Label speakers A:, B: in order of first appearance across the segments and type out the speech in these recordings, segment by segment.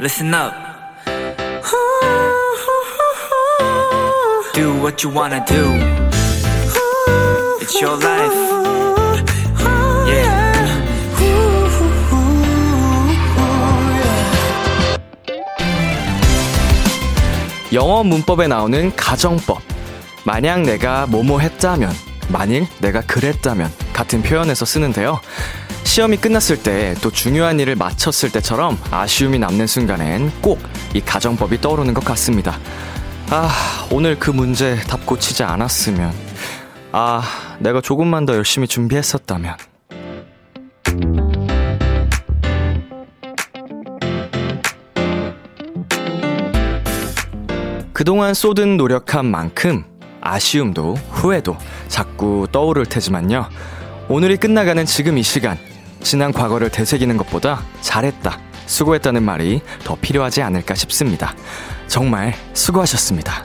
A: Listen up. Do what you wanna do. It's your life. Yeah.
B: 영어 문법에 나오는 가정법. 만약 내가 뭐뭐 했다면, 만일 내가 그랬다면 같은 표현에서 쓰는데요. 시험이 끝났을 때 또 중요한 일을 마쳤을 때처럼 아쉬움이 남는 순간엔 꼭 이 가정법이 떠오르는 것 같습니다. 아, 오늘 그 문제 답 고치지 않았으면. 아, 내가 조금만 더 열심히 준비했었다면. 그동안 쏟은 노력한 만큼 아쉬움도 후회도 자꾸 떠오를 테지만요. 오늘이 끝나가는 지금 이 시간, 지난 과거를 되새기는 것보다 잘했다, 수고했다는 말이 더 필요하지 않을까 싶습니다. 정말 수고하셨습니다.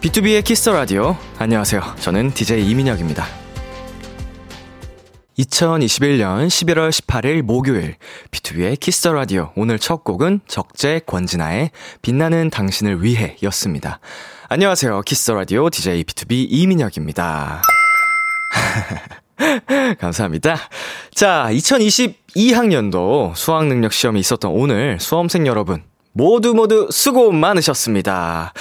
B: B2B의 키스 터 라디오. 안녕하세요. 저는 DJ 이민혁입니다. 2021년 11월 18일 목요일 B2B의 키스터 라디오 오늘 첫 곡은 적재 권진아의 빛나는 당신을 위해였습니다. 안녕하세요. 키스터 라디오 DJ B2B 이민혁입니다. 감사합니다. 자, 2022학년도 수학 능력 시험이 있었던 오늘 수험생 여러분 모두 모두 수고 많으셨습니다.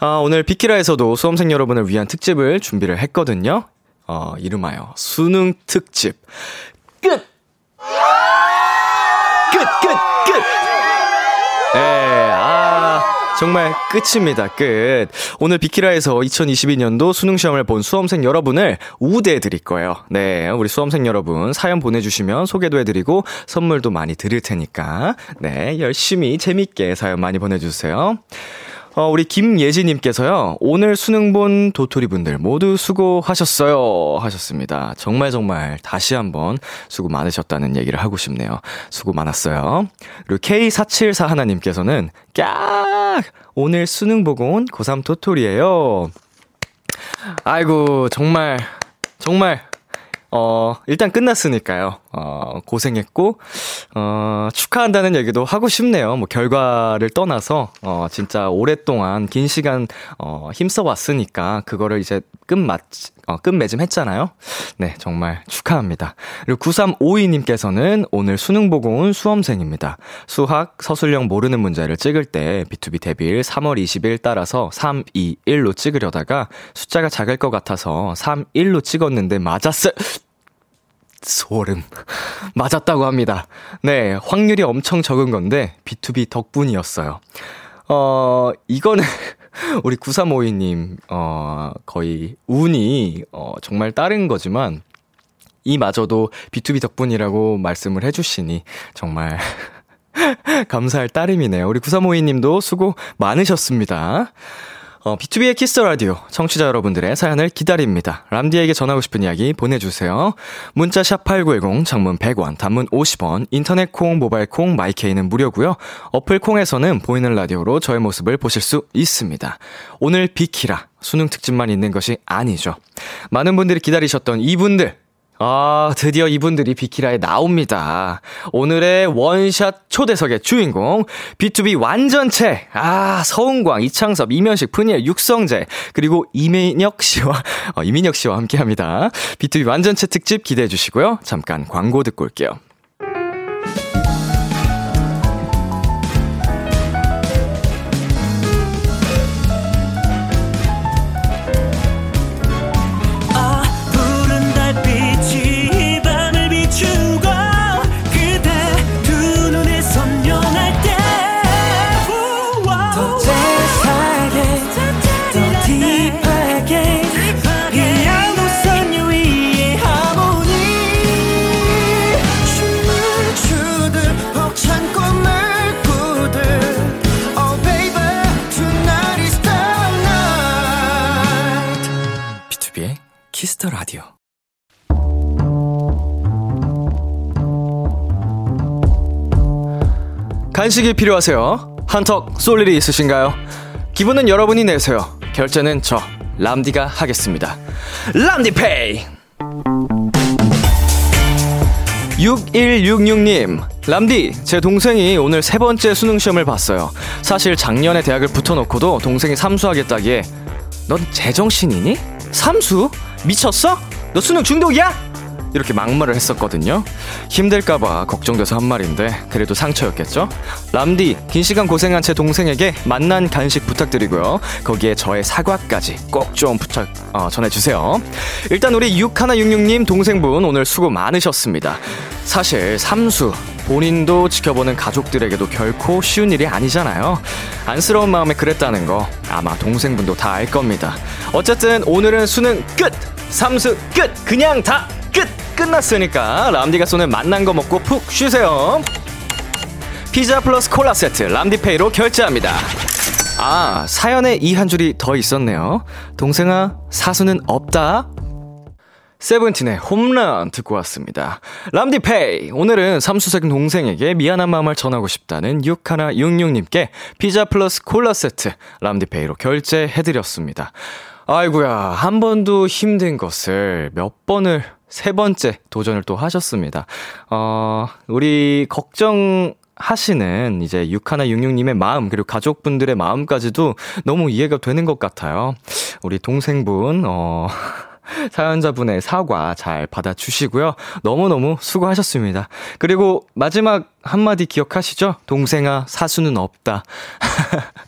B: 아, 오늘 비키라에서도 수험생 여러분을 위한 특집을 준비를 했거든요. 어, 이름하여 수능 특집. 끝! 끝, 끝, 끝! 예, 아, 정말 끝입니다, 끝. 오늘 비키라에서 2022년도 수능시험을 본 수험생 여러분을 우대해 드릴 거예요. 네, 우리 수험생 여러분 사연 보내주시면 소개도 해드리고 선물도 많이 드릴 테니까, 네, 열심히 재밌게 사연 많이 보내주세요. 어, 우리 김예지님께서요, 오늘 수능 본 도토리분들 모두 수고하셨어요. 하셨습니다. 정말 정말 다시 한번 수고 많으셨다는 얘기를 하고 싶네요. 수고 많았어요. 그리고 K474 하나님께서는, 깍! 오늘 수능 보고 온 고3 도토리예요 아이고, 정말, 정말, 어, 일단 끝났으니까요. 어, 고생했고, 어, 축하한다는 얘기도 하고 싶네요. 뭐, 결과를 떠나서, 어, 진짜 오랫동안, 긴 시간, 어, 힘써왔으니까, 그거를 이제 끝맞, 어, 끝맺음 했잖아요. 네, 정말 축하합니다. 그리고 9352님께서는 오늘 수능 보고 온 수험생입니다. 수학, 서술형 모르는 문제를 찍을 때 B2B 데뷔일 3월 20일 따라서 3, 2, 1로 찍으려다가 숫자가 작을 것 같아서 3, 1로 찍었는데 맞았어요. 소름. 맞았다고 합니다. 네, 확률이 엄청 적은 건데, B2B 덕분이었어요. 어, 이거는, 우리 9352님, 어, 거의 운이, 어, 정말 따른 거지만, 이마저도 B2B 덕분이라고 말씀을 해주시니, 정말. 감사할 따름이네요. 우리 9352님도 수고 많으셨습니다. 어, B2B의 키스 라디오 청취자 여러분들의 사연을 기다립니다. 람디에게 전하고 싶은 이야기 보내주세요. 문자 샵 #8910 장문 100원, 단문 50원, 인터넷 콩, 모바일 콩, 마이케이는 무료고요. 어플 콩에서는 보이는 라디오로 저의 모습을 보실 수 있습니다. 오늘 비키라 수능 특집만 있는 것이 아니죠. 많은 분들이 기다리셨던 이분들 아, 드디어 이분들이 비키라에 나옵니다. 오늘의 원샷 초대석의 주인공, B2B 완전체, 아, 서은광, 이창섭, 이면식, 푸니엘, 육성재, 그리고 이민혁 씨와, 어, 이민혁 씨와 함께 합니다. B2B 완전체 특집 기대해 주시고요. 잠깐 광고 듣고 올게요.
C: 아, 푸른 달빛이 이 밤을 비추고 그대 두 눈에 선명할 때더 재밌하게 더 딥하게 이 양도선 유위의 하모니 춤을 추듯 벅찬 꿈을 꾸듯 Oh baby tonight is the night
B: B2B의 키스터 라디오. 간식이 필요하세요? 한턱 쏠 일이 있으신가요? 기분은 여러분이 내세요. 결제는 저 람디가 하겠습니다. 람디페이. 6166님, 람디, 제 동생이 오늘 세 번째 수능시험을 봤어요. 사실 작년에 대학을 붙어놓고도 동생이 삼수하겠다기에, 넌 제정신이니? 삼수? 미쳤어? 너 수능 중독이야? 이렇게 막말을 했었거든요. 힘들까봐 걱정돼서 한 말인데, 그래도 상처였겠죠? 람디, 긴 시간 고생한 제 동생에게 만난 간식 부탁드리고요. 거기에 저의 사과까지 꼭 좀 부탁, 어, 전해주세요. 일단 우리 6166님 동생분 오늘 수고 많으셨습니다. 사실 삼수 본인도 지켜보는 가족들에게도 결코 쉬운 일이 아니잖아요. 안쓰러운 마음에 그랬다는 거 아마 동생분도 다 알 겁니다. 어쨌든 오늘은 수능 끝! 삼수 끝! 그냥 다 끝! 끝났으니까 람디가 쏘는 맛난 거 먹고 푹 쉬세요. 피자 플러스 콜라 세트 람디페이로 결제합니다. 아, 사연에 이 한 줄이 더 있었네요. 동생아, 사수는 없다. 세븐틴의 홈런 듣고 왔습니다. 람디페이! 오늘은 삼수생 동생에게 미안한 마음을 전하고 싶다는 6166님께 피자 플러스 콜라 세트 람디페이로 결제해드렸습니다. 아이고야, 한 번도 힘든 것을 몇 번을, 세 번째 도전을 또 하셨습니다. 어, 우리 걱정, 하시는 이제 6166님의 마음 그리고 가족분들의 마음까지도 너무 이해가 되는 것 같아요. 우리 동생분 어 사연자분의 사과 잘 받아주시고요. 너무너무 수고하셨습니다. 그리고 마지막 한마디 기억하시죠? 동생아, 사수는 없다.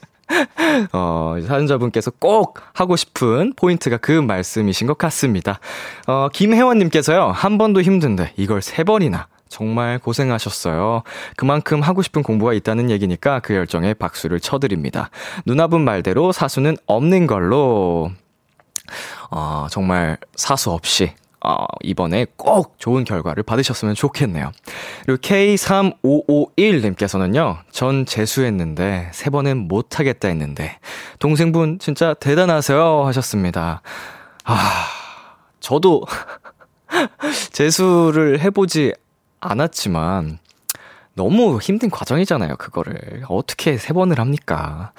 B: 어, 사연자분께서 꼭 하고 싶은 포인트가 그 말씀이신 것 같습니다. 어, 김혜원님께서요, 한 번도 힘든데 이걸 세 번이나 정말 고생하셨어요. 그만큼 하고 싶은 공부가 있다는 얘기니까 그 열정에 박수를 쳐드립니다. 누나분 말대로 사수는 없는 걸로. 어, 정말 사수 없이 어, 이번에 꼭 좋은 결과를 받으셨으면 좋겠네요. 그리고 K3551님께서는요, 전 재수했는데, 세 번은 못하겠다 했는데, 동생분 진짜 대단하세요 하셨습니다. 아, 저도 재수를 해보지 않았지만, 너무 힘든 과정이잖아요, 그거를. 어떻게 세 번을 합니까?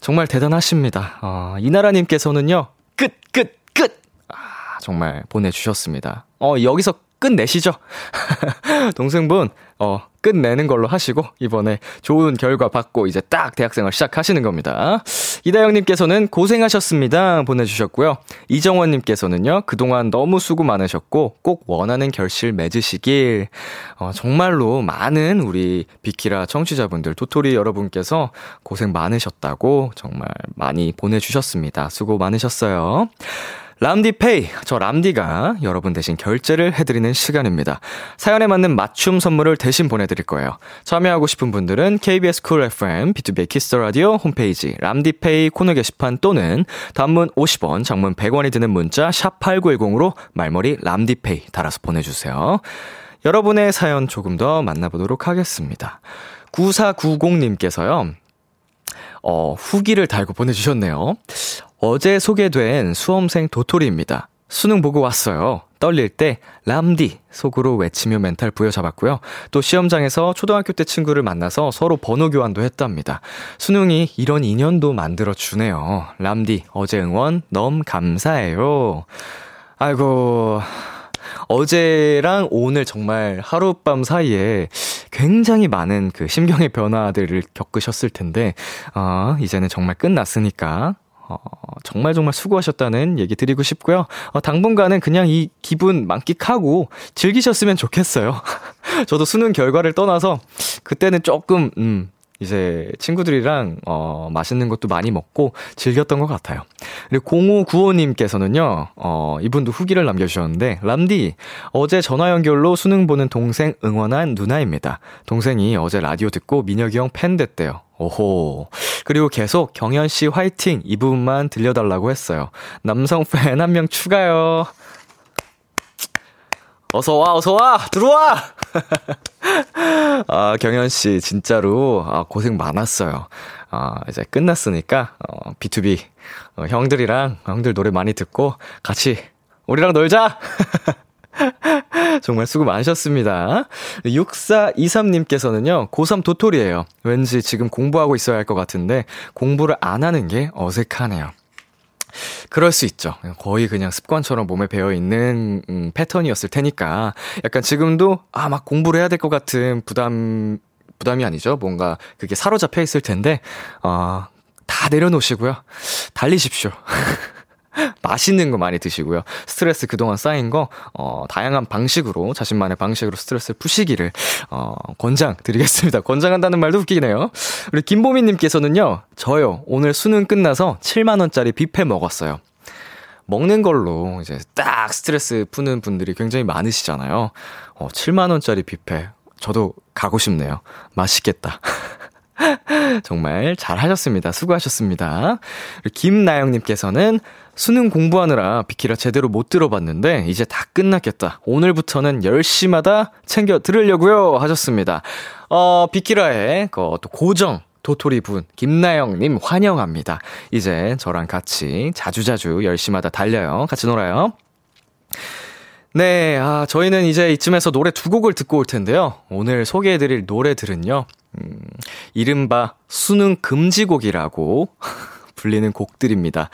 B: 정말 대단하십니다. 어, 이나라님께서는요, 끝, 끝, 끝! 아, 정말 보내주셨습니다. 어, 여기서 끝내시죠. 동생분, 어, 끝내는 걸로 하시고, 이번에 좋은 결과 받고, 이제 딱 대학생활 시작하시는 겁니다. 이다영님께서는 고생하셨습니다. 보내주셨고요. 이정원님께서는요, 그동안 너무 수고 많으셨고, 꼭 원하는 결실 맺으시길. 어, 정말로 많은 우리 비키라 청취자분들, 도토리 여러분께서 고생 많으셨다고 정말 많이 보내주셨습니다. 수고 많으셨어요. 람디페이 저 람디가 여러분 대신 결제를 해드리는 시간입니다 사연에 맞는 맞춤 선물을 대신 보내드릴 거예요 참여하고 싶은 분들은 KBS 쿨 FM B2B 키스터라디오 홈페이지 람디페이 코너 게시판 또는 단문 50원 장문 100원이 드는 문자 샵8910으로 말머리 람디페이 달아서 보내주세요 여러분의 사연 조금 더 만나보도록 하겠습니다 9490님께서요 어, 후기를 달고 보내주셨네요. 어제 소개된 수험생 도토리입니다. 수능 보고 왔어요. 떨릴 때 람디 속으로 외치며 멘탈 부여잡았고요. 또 시험장에서 초등학교 때 친구를 만나서 서로 번호 교환도 했답니다. 수능이 이런 인연도 만들어 주네요. 람디 어제 응원 너무 감사해요. 아이고 어제랑 오늘 정말 하룻밤 사이에 굉장히 많은 그 심경의 변화들을 겪으셨을 텐데, 어, 이제는 정말 끝났으니까, 어, 정말 정말 수고하셨다는 얘기 드리고 싶고요. 어, 당분간은 그냥 이 기분 만끽하고 즐기셨으면 좋겠어요. 저도 수능 결과를 떠나서 그때는 조금, 음, 이제 친구들이랑 어 맛있는 것도 많이 먹고 즐겼던 것 같아요. 그리고 0595님께서는요. 어 이분도 후기를 남겨 주셨는데 람디 어제 전화 연결로 수능 보는 동생 응원한 누나입니다. 동생이 어제 라디오 듣고 민혁이 형 팬 됐대요. 오호. 그리고 계속 경현 씨 화이팅 이 부분만 들려달라고 했어요. 남성 팬 한 명 추가요. 어서 와, 어서 와, 들어와. 아 경현 씨 진짜로 아, 고생 많았어요. 아 이제 끝났으니까 어, B2B 어, 형들이랑 형들 노래 많이 듣고 같이 우리랑 놀자. 정말 수고 많으셨습니다. 6423님께서는요, 고3 도토리예요. 왠지 지금 공부하고 있어야 할 것 같은데, 공부를 안 하는 게 어색하네요. 그럴 수 있죠. 거의 그냥 습관처럼 몸에 배어 있는 음, 패턴이었을 테니까 약간 지금도 아 막 공부를 해야 될 것 같은 부담 부담이 아니죠. 뭔가 그게 사로잡혀 있을 텐데 어, 다 내려놓으시고요. 달리십시오. 맛있는 거 많이 드시고요. 스트레스 그동안 쌓인 거, 어, 다양한 방식으로, 자신만의 방식으로 스트레스를 푸시기를, 어, 권장 드리겠습니다. 권장한다는 말도 웃기네요. 우리 김보미님께서는요, 저요, 오늘 수능 끝나서 7만원짜리 뷔페 먹었어요. 먹는 걸로 이제 딱 스트레스 푸는 분들이 굉장히 많으시잖아요. 어, 7만원짜리 뷔페. 저도 가고 싶네요. 맛있겠다. 정말 잘하셨습니다. 수고하셨습니다. 우리 김나영님께서는 수능 공부하느라 비키라 제대로 못 들어봤는데 이제 다 끝났겠다. 오늘부터는 10시마다 챙겨 들으려고요 하셨습니다. 어, 비키라의 그또 고정 도토리 분, 김나영님 환영합니다. 이제 저랑 같이 자주자주 10시마다 달려요. 같이 놀아요. 네, 아, 저희는 이제 이쯤에서 노래 두 곡을 듣고 올 텐데요. 오늘 소개해드릴 노래들은요, 음, 이른바 수능 금지곡이라고 불리는 곡들입니다.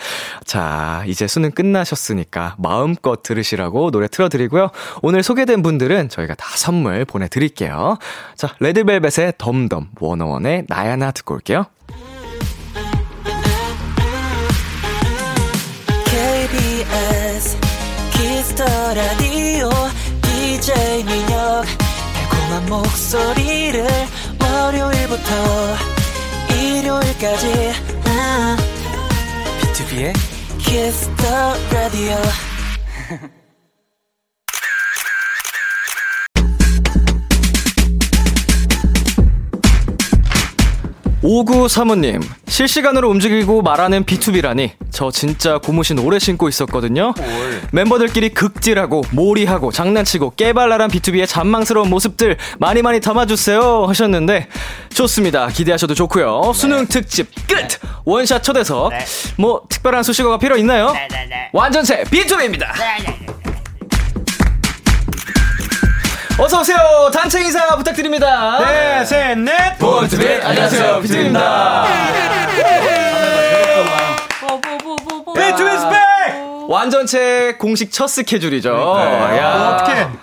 B: 자, 이제 수능 끝나셨으니까 마음껏 들으시라고 노래 틀어드리고요. 오늘 소개된 분들은 저희가 다 선물 보내드릴게요. 자, 레드벨벳의 덤덤, 원어원의 나야나 듣고 올게요.
C: KBS 키스터 라디오 DJ 민혁 달콤한 목소리를 월요일부터 일요일까지 B2B의 키스터 라디오
B: 오구 사모님 실시간으로 움직이고 말하는 B2B라니 저 진짜 고무신 오래 신고 있었거든요 멤버들끼리 극질하고 몰이하고 장난치고 깨발랄한 B2B의 잔망스러운 모습들 많이 많이 담아주세요 하셨는데 좋습니다 기대하셔도 좋고요
D: 네.
B: 수능 특집 끝 원샷 초대석 뭐 특별한 수식어가 필요 있나요
D: 네,
B: 완전체 B2B입니다 어서 오세요 단체 인사 부탁드립니다
D: 네, 셋, 넷.
B: 원투비 안녕하세요 비트입니다
E: 뽀뽀뽀뽀뽀.
D: 비트위스 백.
B: 완전체 공식 첫 스케줄이죠
D: 아, 어떻게?
B: 지금-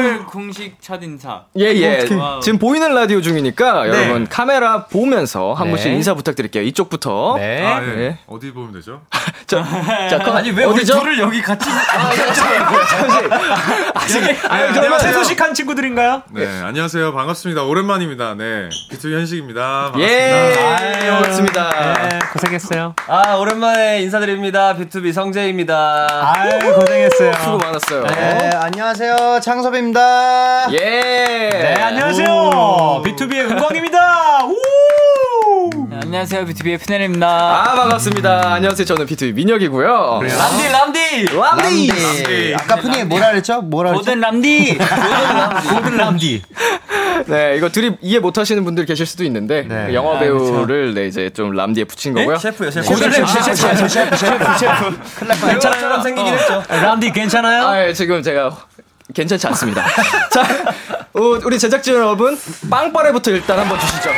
E: 지금 어, 공식 첫 인사.
B: 예예
E: 와우.
B: 뭐 지금 보이는 라디오 중이니까
D: 네.
B: 여러분 카메라 보면서 한
F: 네.
B: 분씩 인사 부탁드릴게요 이쪽부터
D: 네.
G: 아, 예.
B: 네.
G: 어디 보면 되죠?
B: 자, 자 그럼
E: 아니, 왜 우리
B: 어디죠?
E: 둘을 여기 같이
D: 아, 네,
B: 아니
D: 내가
B: 그러면
D: 새소식한 친구들인가요?
G: 네, 안녕하세요. 반갑습니다. 오랜만입니다. 네. 비투비 현식입니다. 반갑습니다.
B: 예
D: 아유.
B: 반갑습니다
D: 네, 고생했어요.
E: 아, 오랜만에 인사드립니다. B2B 성재입니다.
D: 아유, 고생했어요. 예.
B: 수고 많았어요
F: 네, 안녕하세요. 창섭입니다.
B: 예
D: 네, 안녕하세요. 비투비의 은광입니다. 우!
E: 안녕하세요. B2B의 피넬입니다.
B: 아 반갑습니다 안녕하세요 저는 B2B 민혁이고요
E: 람디 람디.
B: 람디
F: 네. 아까 푸니 뭐라 그랬죠? 뭐라 그랬죠?
E: 고든 람디. 고든 람디.
B: 네, 이거 둘이 이해 못 하시는 분들 계실 수도 있는데
F: 네.
B: 그 영화 배우를 네, 이제 좀 람디에 붙인 거고요.
E: 아, 네? 셰프요, 셰프.
B: 고든 셰프,
E: 아,
B: 셰프,
E: 셰프.
B: 괜찮아요.
E: 생기긴 했죠. 람디 괜찮아요?
B: 아, 예, 지금 제가 괜찮지 않습니다. 자, 어, 우리 제작진 여러분 빵빠레부터 일단 한번 주시죠.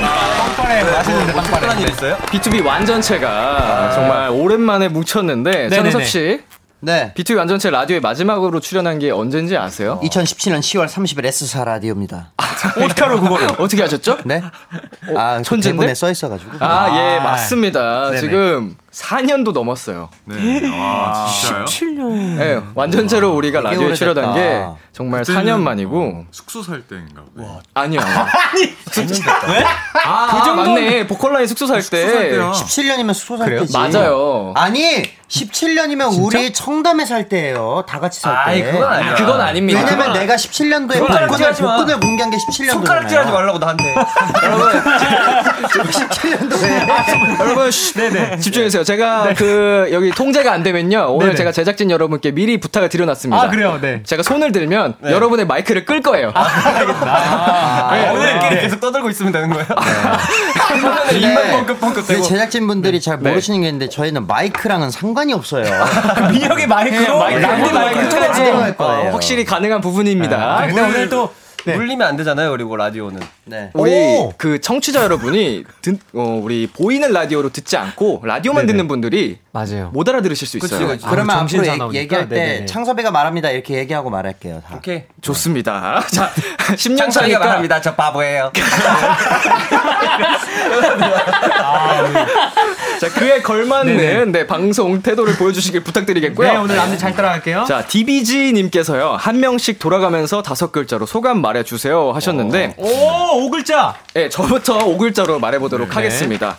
B: 뭐,
E: 특별한 일 있어요?
B: B2B 완전체가 아, 정말 오랜만에 뭉쳤는데 창섭 씨
F: 네.
B: B2B 완전체 라디오에 마지막으로 출연한 게 언젠지 아세요?
F: 2017년 10월 30일 S사 라디오입니다.
B: 어떻게로 그거를 어떻게 하셨죠?
F: 네. 아,
B: 천재인데?
F: 대본에 써 있어 가지고.
B: 아, 예, 맞습니다. 지금 4년도 넘었어요.
G: 네. 아, 진짜요?
B: 예, 완전체로 우리가 라디오에
F: 오래됐다.
B: 출연한 게 정말 4년 만이고
G: 숙소 살 때인가 보네.
B: 아니요. 아니, 왜? 아, 그 정도 맞네. 보컬라인 숙소 살 때.
G: 숙소 살 때요.
F: 17년이면 수소 살 때지.
B: 맞아요.
F: 아니, 17년이면 우리 청담에 살 때예요. 다 같이 살 때.
E: 아이, 네. 그건 아니야.
B: 아, 그건 아닙니다.
F: 왜냐면 내가 17년도에 복근을
E: 손가락질하지 마.
F: 복근을 뭉갠 게 17년도잖아요.
E: 손가락질 하지 말라고 나한테.
F: 17년도에.
B: 여러분, 쉬-
F: 네,
B: 집중해주세요. 제가 그, 여기 통제가 안 되면요. 오늘
D: 네네.
B: 제가 제작진 여러분께 미리 부탁을 드려놨습니다.
D: 아, 그래요? 네.
B: 제가 손을 들면
F: 네.
B: 여러분의 마이크를 끌 거예요.
F: 아.
E: 오늘끼리 계속 떠들고 있으면 되는 거예요? 네.
F: 입만 뻥긋뻥긋 되고. 제작진분들이 잘 모르시는 게 있는데 저희는 마이크랑은 상관이 없어요.
D: 민혁의 마이크로
B: 마이크로
F: 네,
D: 람디 마이크로
B: 마이크로
D: 틀어야지.
E: 네.
F: 들어갈 거예요. 아,
B: 어, 확실히 가능한 부분입니다.
D: 근데 오늘 또
E: 물리면 안 되잖아요. 그리고 라디오는.
F: 네.
B: 우리 그 청취자 여러분이 듣, 어, 우리 보이는 라디오로 듣지 않고 라디오만 듣는 분들이
D: 맞아요.
B: 못 알아들으실 수 있어요.
E: 그치.
F: 네, 그러면
D: 아, 정신
F: 앞으로
D: 사나우니까?
F: 얘- 얘기할 때
D: 네네네.
F: 창섭이가 말합니다 이렇게 얘기하고 말할게요 다.
E: 오케이.
B: 좋습니다. 자, 10년
E: 창창이가
B: 차니까
E: 말합니다. 저 바보예요.
B: 자, 그에 걸맞는 네, 방송 태도를 보여주시길 부탁드리겠고요.
D: 네, 오늘 남들 잘 따라갈게요.
B: 자, DBG님께서요, 한 명씩 돌아가면서 다섯 글자로 소감 말해주세요 하셨는데,
D: 어. 오, 네. 5글자.
B: 네, 저부터 오 글자로 말해보도록 하겠습니다.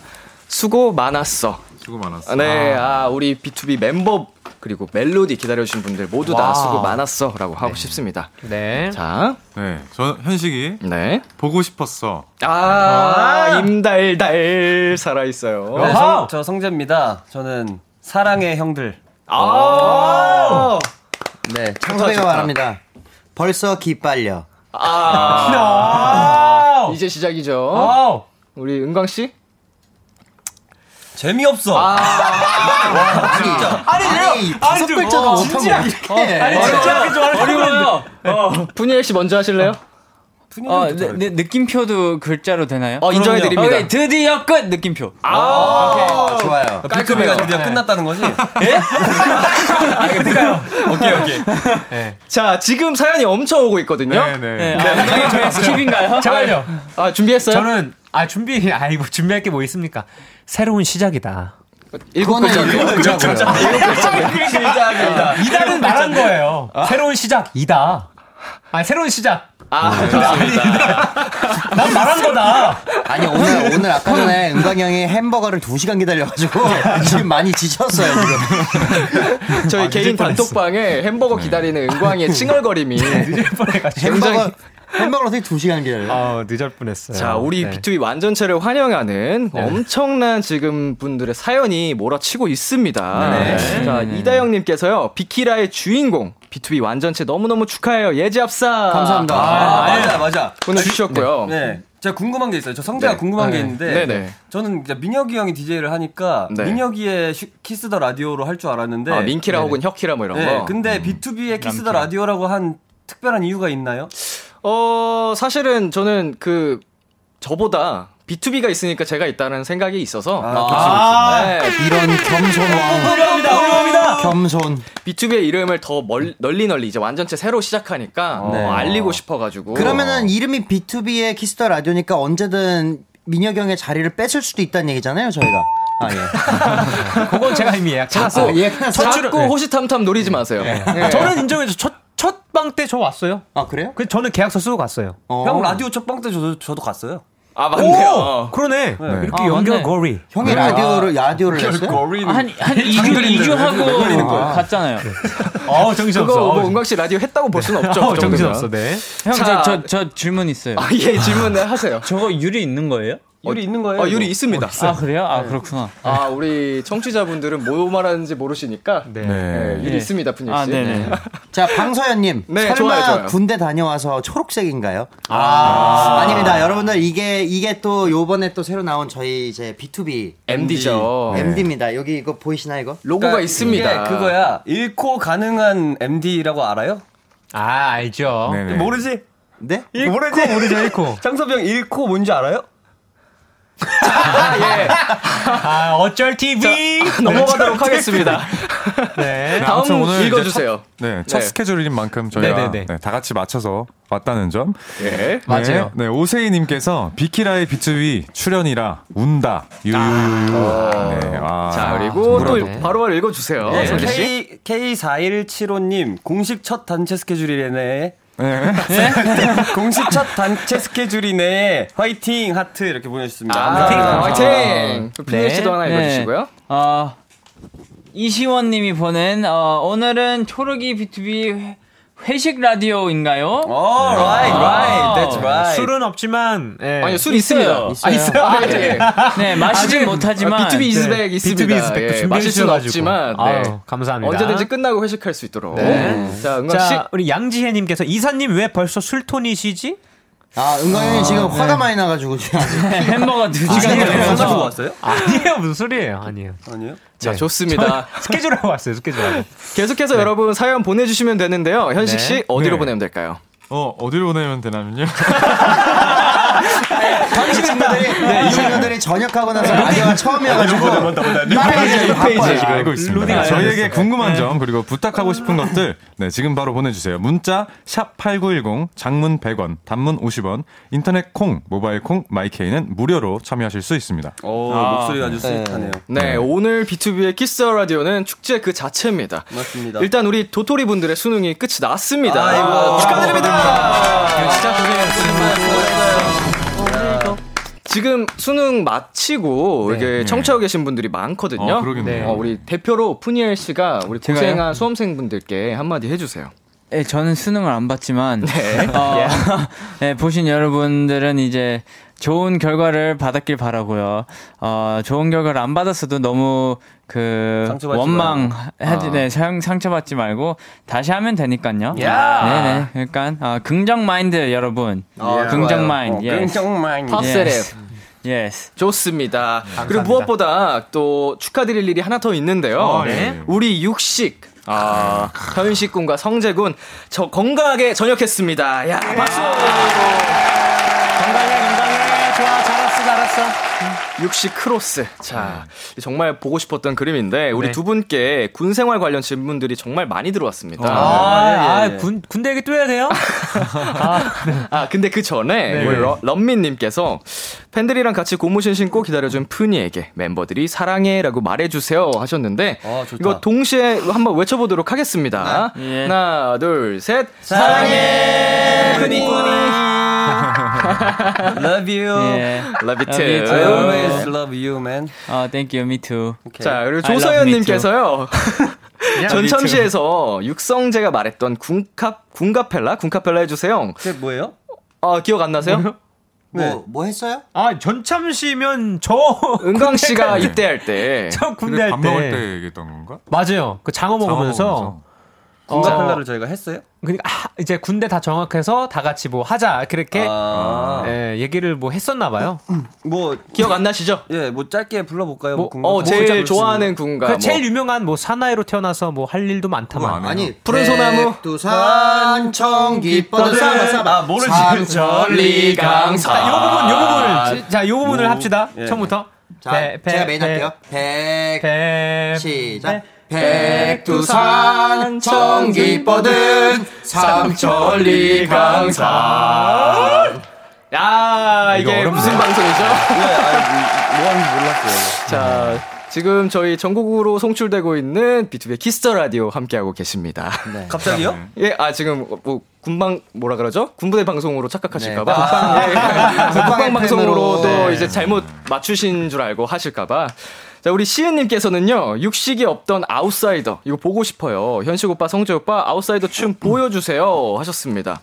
B: 수고 많았어.
G: 수고 많았어.
B: 아, 네, 아, 우리 B2B 멤버, 그리고 멜로디 기다려주신 분들 모두 다
D: 와우.
B: 수고 많았어. 라고 하고 싶습니다.
D: 네.
B: 자,
G: 네, 저 현식이
B: 네.
G: 보고 싶었어.
B: 아, 임달달 살아있어요.
E: 네,
D: 와우.
E: 성, 저 성재입니다. 저는 사랑의 형들.
B: 아,
F: 네. 창섭이가 말합니다. 벌써 기빨려.
D: 아.
B: 이제 시작이죠.
D: 아.
B: 우리 은광씨? 아.
E: 재미없어. 아,
F: 아니 다섯 글자도 못하고 어떻게?
D: 어, 아니, 진짜 이렇게 좀 어려워요. 네.
B: 푸니엘씨 먼저 하실래요?
H: 어, 느, 느- 느낌표도 글자로 되나요?
B: 어, 인정해드립니다.
H: 오케이, 드디어 끝! 느낌표.
B: 네.
D: 아,
F: 좋아요.
E: 아, 비급이가 드디어 끝났다는 거지?
B: 자, 지금 사연이 엄청 오고 있거든요.
G: 네, 네.
H: 네, 아, 저의 스킵인가요?
D: 잠깐만요.
B: 아, 준비했어요?
D: 저는 아 준비 아이고 준비할 게 뭐 있습니까? 새로운 시작이다.
B: 일곱
F: 그거는
B: 글자.
F: 일곱 글자고요.
E: 시작이다.
D: 아, 이다는 말한 거예요. 새로운 시작이다. 아 새로운 시작.
B: 아, 좋습니다.
D: 난 말한 거다. 어.
F: 아니 오늘 오늘 아까 전에 은광 형이 햄버거를 2 시간 기다려가지고 지금 많이 지쳤어요 지금.
B: 저희 개인 단톡방에 햄버거 기다리는 은광이의 칭얼거림이.
F: 햄버거 햄버거 어떻게 2 시간 기다려? 요
D: 아 늦을 뻔했어요.
B: 자, 우리
D: 네.
B: B2B 완전체를 환영하는 엄청난 지금 분들의 사연이 몰아치고 있습니다. 자, 이다영님께서요, 비키라의 주인공, B2B 완전체 너무너무 축하해요. 예지합사!
F: 감사합니다.
E: 아,
B: 네.
E: 맞아, 맞아.
B: 보내주셨고요. 네. 아,
E: 네. 제가 궁금한 게 있어요. 저 성재가 궁금한 게 있는데
B: 네네.
E: 저는 이제 민혁이 형이 DJ를 하니까
B: 네.
E: 민혁이의 슈- 키스 더 라디오로 할 줄 알았는데
B: 아, 민키라 혹은 혁키라 뭐 이런
E: 네,
B: 거.
E: 근데 B2B의 키스 더 라디오라고 한 특별한 이유가 있나요?
B: 어, 사실은 저는 그 저보다 B2B가 있으니까 제가 있다는 생각이 있어서
F: 아,
B: 아, 네,
F: 이런 겸손왕
E: 훌륭합니다. 훌륭합니다.
F: 겸손.
B: B2B의 이름을 더 멀, 널리 널리 이제 완전체 새로 시작하니까 어, 알리고 싶어가지고
F: 그러면은 이름이 B2B의 키스터 라디오니까 언제든 민혁형의 자리를 뺏을 수도 있다는 얘기잖아요 저희가. 아 예.
D: 그건 제가 이미 예약해놨어요.
F: 아, 예. 첫-
B: 자꾸 호시탐탐 노리지 마세요.
F: 예.
I: 아,
B: 네.
D: 아, 저는 인정해줘. 첫첫 방 때 저 왔어요.
F: 아 그래요?
D: 그 저는 계약서 쓰고 갔어요.
F: 어.
E: 형 라디오 첫방 때 저도, 저도 갔어요.
B: 아 맞네요.
D: 그러네. 이렇게
H: 아,
D: 연결
H: 맞네.
D: 거리. 아.
F: 형이 라디오를
E: 아.
F: 라디오를 했어요?
H: 한, 한 2주, 이주 하고 갔잖아요.
D: 어 정신없어.
B: 그거
D: 어,
B: 뭐 은광 씨 라디오 했다고 볼 수는 없죠. 그 정도면.
D: 정신없어. 네.
H: 형,
B: 자.
H: 저, 저, 저 질문 있어요.
B: 아, 예 질문을 하세요.
H: 저거 유리 있는 거예요?
E: 유리 있는 거예요?
B: 아 유리
D: 어,
B: 있습니다.
H: 아, 그래요? 아,
D: 네.
H: 그렇구나.
B: 아 우리 청취자분들은 뭐 말하는지 모르시니까 네. 유리
F: 예.
H: 네.
B: 있습니다 분유 씨.
H: 아, 네네.
F: 자 방서연님
B: 네,
F: 설마
B: 좋아요, 좋아요.
F: 군대 다녀와서 초록색인가요? 아, 닙니다 여러분들 이게 이게 또 요번에 또 새로 나온 저희 이제 B2B
B: MD죠. 네.
F: MD입니다. 여기 이거 보이시나 그러니까 이거?
B: 로고가 있습니다.
E: 그러니까 이게 그거야. 잃고 가능한 MD라고 알아요?
D: 아 알죠.
G: 네, 네.
E: 모르지?
F: 네?
E: 모르지? 모르지, 잃고. 장섭이 형 잃고 뭔지 알아요?
D: 아 어쩔 TV.
B: 넘어가도록 하겠습니다.
D: 네.
G: 네, 아무튼
B: 다음
G: 오늘 이제
B: 읽어주세요.
G: 첫, 네, 첫
B: 네.
G: 스케줄인 만큼 저희가
D: 네네네.
G: 네, 다 같이 맞춰서 왔다는 점.
B: 예.
D: 맞아요.
G: 네, 네, 오세희님께서 비키라의 비투비 출연이라 운다. 유유유유. 네, 아.
B: 어. 자 그리고 또
G: 정말
B: 일- 바로바로 읽어주세요.
E: 네,
B: 성재 씨.
E: K, K4175님, 공식 첫 단체 스케줄이래네.
B: 예.
G: 네.
E: 공식 첫 단체 스케줄이네. 화이팅 하트 이렇게 보내주셨습니다. 네. 아,
B: 아, 화이팅.
D: 네.
B: 분유 씨도 하나 읽어주시고요.
H: 어, 이시원님이 보낸, 어, 오늘은 초록이 B2B 회- 회식 라디오인가요?
E: 어, right,
D: 네,
I: 아,
E: right, that's right.
D: 술은 없지만 예.
B: 아니 술 있습니다.
H: 있어요.
B: 아, 예.
H: 네, 마시진
I: 아,
H: 못하지만.
B: 비투비 이즈백 있습니다.
D: 네. 비투비 스펙도
B: 예,
D: 준비해
B: 마실 수는
D: 주셔가지고
B: 없지만 네.
D: 아유, 감사합니다.
B: 언제든지 끝나고 회식할 수 있도록.
F: 네.
B: 네. 자 은광 씨.
D: 네. 자 우리 양지혜님께서 이사님 왜 벌써 술톤이시지? 네.
F: 아 은광 형이 지금 화가 많이 나가지고 지금 아직
H: 햄버거 두 시간
E: 술 마시고
H: 걸려서.
E: 네. 왔어요?
D: 아니에요 무슨 소리예요? 아니에요.
E: 아니요.
B: 자
D: 네.
B: 좋습니다.
D: 스케줄하고 왔어요 스케줄하고.
B: 계속해서 여러분 사연 보내주시면 되는데요. 현식
D: 네.
B: 씨 어디로
D: 네.
B: 보내면 될까요?
J: 어, 어디로 보내면 되나면요?
F: 이 친구들이
B: 네.
F: 이 친구들이 전역하고 나서 라디오가 처음이어가지고
B: 페이지, 페이지.
G: 아, 알고 있습니다. 저희에게 궁금한 점 그리고 부탁하고 싶은 것들 네, 지금 바로 보내주세요. 문자 샵 #8910 장문 100원, 단문 50원, 인터넷 콩, 모바일 콩, 마이케이는 무료로 참여하실 수 있습니다.
E: 오, 어, 목소리가 아주 스윗하네요.
B: 네, 오늘 B2B의 키스 더 라디오는 축제 그 자체입니다.
E: 맞습니다.
B: 일단 우리 도토리 분들의 수능이 끝이 났습니다.
E: 아이고.
B: 축하드립니다. 진짜 지금 수능 마치고 이게 청취하고 계신 분들이 많거든요.
J: 어, 그러겠네요.
B: 어, 우리 대표로 푸니엘 씨가 우리
H: 제가요?
B: 고생한 수험생분들께 한마디 해주세요.
H: 예, 저는 수능을 안 봤지만
E: 네.
H: 어, 예, 보신 여러분들은 이제 좋은 결과를 받았길 바라고요. 어, 좋은 결과를 안 받았어도 너무 그
E: 상처받지 아.
H: 원망하지, 네, 상, 상처받지 말고 다시 하면 되니까요. 네네. 그러니까 어, 긍정 마인드 여러분,
B: 예.
H: 긍정 마인드. 예.
E: 어, 긍정만.
B: 팝세랩
H: 예스.
B: 좋습니다. 그리고 무엇보다 또 축하드릴 일이 하나 더 있는데요.
H: 아, 예.
J: 네.
B: 우리 육식. 아, 현식 군과 성재 군, 저 건강하게 전역했습니다. 야,
H: 네.
B: 박수!
D: 건강해, 건강해. 좋아, 잘했어, 잘했어.
B: 육식 크로스. 자,
H: 네.
B: 정말 보고 싶었던 그림인데, 우리 두 분께 군 생활 관련 질문들이 정말 많이 들어왔습니다.
D: 아,
B: 아,
H: 예,
D: 아, 군, 군대 얘기 또 해야 돼요?
H: 아, 네.
B: 근데 그 전에, 우리 러- 런민님께서 팬들이랑 같이 고무신 신고 기다려준 푸니에게 멤버들이 사랑해 라고 말해주세요 하셨는데, 이거 동시에 한번 외쳐보도록 하겠습니다.
H: 아, 네. 예.
B: 하나, 둘, 셋.
E: Love you.
H: 예.
B: 러비트.
H: Love you
E: I
H: too.
E: always love you, man.
H: 어, thank you, me too.
B: 자, 그리고
H: I love me
B: 조서연님께서요. 전참시에서 육성재가 말했던 군캅, 군카펠라? 군카펠라 해주세요.
E: 그게 뭐예요? 네.
B: 아, 기억 안 나세요? 네.
F: 뭐, 뭐 했어요?
D: 아, 전참시면 저.
B: 은광씨가 입대 할 때.
D: 저 군대 할
J: 네. 밥
D: 때.
J: 먹을 때 얘기했던 건가?
D: 맞아요. 그 장어 먹으면서.
E: 군가펠라를 저희가 했어요?
D: 그러니까 아, 이제 군대 다 정확해서 다 같이 뭐 하자 그렇게
E: 아,
D: 예, 얘기를 뭐 했었나 봐요.
E: 뭐
B: 기억 안 나시죠?
E: 예, 뭐 짧게 불러볼까요?
B: 뭐,
E: 뭐 궁금-
B: 어,
E: 궁금증
B: 제일
E: 있으면.
B: 좋아하는 군가.
D: 그
B: 뭐.
D: 제일 유명한 뭐 사나이로 태어나서 뭐 할 일도 많다만.
F: 아니
B: 푸른 소나무.
F: 백두산 청기뻐들 아, 싸봐 싸봐
E: 모르지.
D: 자, 요 부분 요
F: 아,
D: 부분을 자, 요 부분을
E: 뭐,
D: 합시다.
E: 예.
D: 처음부터.
F: 자 제가 메인 할게요 백
D: 백.
F: 시작 백두산 청기 뻗은 삼천리 강산
B: 야, 이게 무슨 방송이죠?
E: 예, 아니, 뭐 하는지 몰랐어요.
B: 자, 지금 저희 전국으로 송출되고 있는 B2B 키스터 라디오 함께하고 계십니다.
E: 갑자기요?
B: 예, 아, 지금,
I: 어,
B: 뭐, 군방, 뭐라 그러죠? 군부대 방송으로 착각하실까봐.
F: 네,
B: 예, 국방
F: 국방
B: 방송으로
F: FM 으로.
B: 또
F: 네.
B: 이제 잘못 맞추신 줄 알고 하실까봐. 자, 우리 시은님께서는요, 육식이 없던 아웃사이더, 이거 보고 싶어요. 현식 오빠, 성재 오빠, 아웃사이더 춤 보여주세요. 하셨습니다.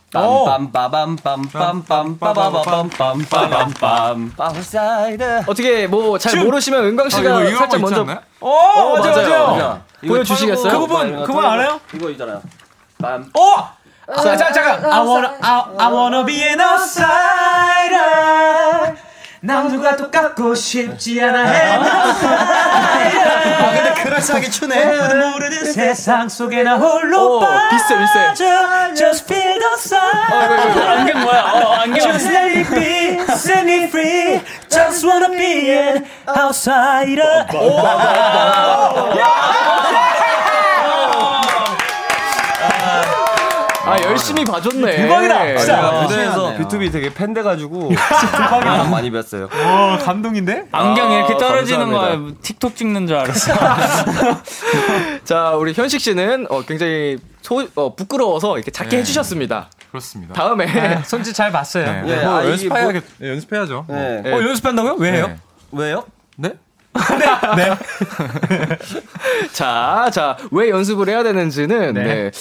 E: 빰빰빰빰빰빰빰빰빰빰빰빰빰 아웃사이드.
B: 어떻게, 뭐, 잘 모르시면
E: 아,
B: 은광씨가
J: 이거
B: 살짝 먼저.
D: 오,
B: 어,
D: 어, 맞아 맞아요.
E: 이거
B: 보여주시겠어요?
E: 털고,
B: 그
D: 부분,
E: 이거
D: 그
E: 털고,
D: 부분 알아요? 어!
E: 이거 있잖아요. 빰.
D: 오! 아, 자, 잠깐. I wanna I, I wanna be an outsider. 남들과 똑같고 싶지 않아 해.
F: 아 근데 그럴싸하게 추네
D: 아무도 모르는 세상 속에 나 홀로
B: 오, 비슷해, 비슷해.
D: 빠져. Just feel the sun.
H: 안경 뭐야? 어, 안경.
D: Just let it be, set me free. Just wanna be an outsider.
B: 아, 열심히 봐줬네.
D: 대박이다, 진짜.
E: 제가 무대에서 B2B 되게 팬 돼가지고 대박이 많이 뵀어요.
D: 감동인데?
H: 안경 이렇게
E: 아,
H: 떨어지는
E: 감사합니다.
H: 거야. 틱톡 찍는 줄 알았어.
B: 자, 우리 현식 씨는 어, 굉장히 소, 어, 부끄러워서 이렇게
H: 네.
B: 작게 해주셨습니다.
J: 그렇습니다.
B: 다음에.
D: 아, 손짓 잘 봤어요.
J: 네.
E: 예,
J: 뭐
E: 아, 이게
J: 연습해야겠, 예, 연습해야죠. 네.
E: 네.
B: 예.
D: 어, 연습한다고요? 왜 해요?
E: 왜요?
B: 자, 자, 왜 연습을 해야 되는지는, 네.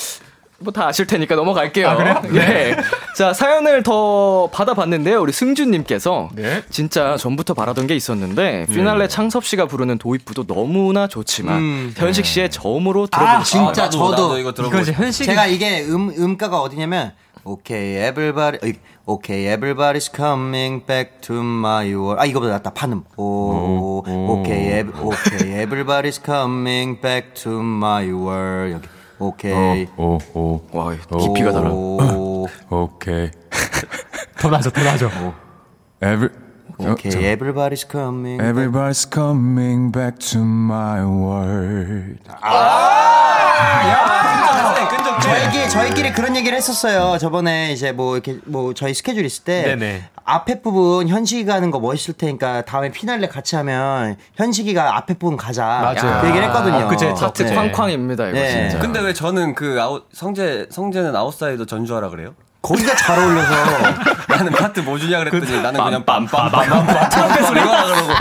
B: 뭐 다 아실 테니까 넘어갈게요. 네. 자, 사연을 더 받아봤는데요. 우리 승준님께서
J: 네.
B: 진짜 전부터 바라던 게 있었는데, 피날레 창섭 씨가 부르는 도입부도 너무나 좋지만,
H: 음, 네.
B: 현식 씨의 저음으로 아, 들어보고 싶어요.
F: 아, 진짜
E: 아, 나도, 나도
F: 저도
E: 이거 들어보고
D: 아, 이거 이제 현식이
F: 제가 이게 음 음가가 어디냐면 오케이 everybody 어이, 오케이 everybody's coming back to my world 아 이거보다 낫다 파는 오 오케이
B: 어.
F: 에브- 오케이 everybody's coming back to my world 여기 오케이
G: 오, 오,
B: 와, 어. 깊이가 달라.
F: 오,
G: 오,
J: 오케이.
I: 더 나죠, 더 나죠.
J: Every
F: 오케이 everybody's coming
J: 어, Everybody's coming back to my world.
B: 아.
F: 저희끼리, 저희끼리 그런 얘기를 했었어요. 저번에 이제 뭐 이렇게 뭐 저희 스케줄 있을 때
I: 네네.
F: 앞에 부분 현식이가 하는 거 멋있을 테니까 다음에 피날레 같이 하면 현식이가 앞에 부분 가자.
I: 맞아요.
F: 그 얘기를 했거든요.
I: 아, 그제 차트
F: 네.
B: 쾅쾅입니다 이거
F: 네.
B: 진짜.
E: 근데 왜 저는 그 아웃, 성재, 성재는 아웃사이더 전주하라 그래요?
F: 거기가 잘 어울려서
E: 나는 파트 뭐 주냐 그랬더니 나는 그냥 빰빰빰빰빰빰 이거 하라 그러고.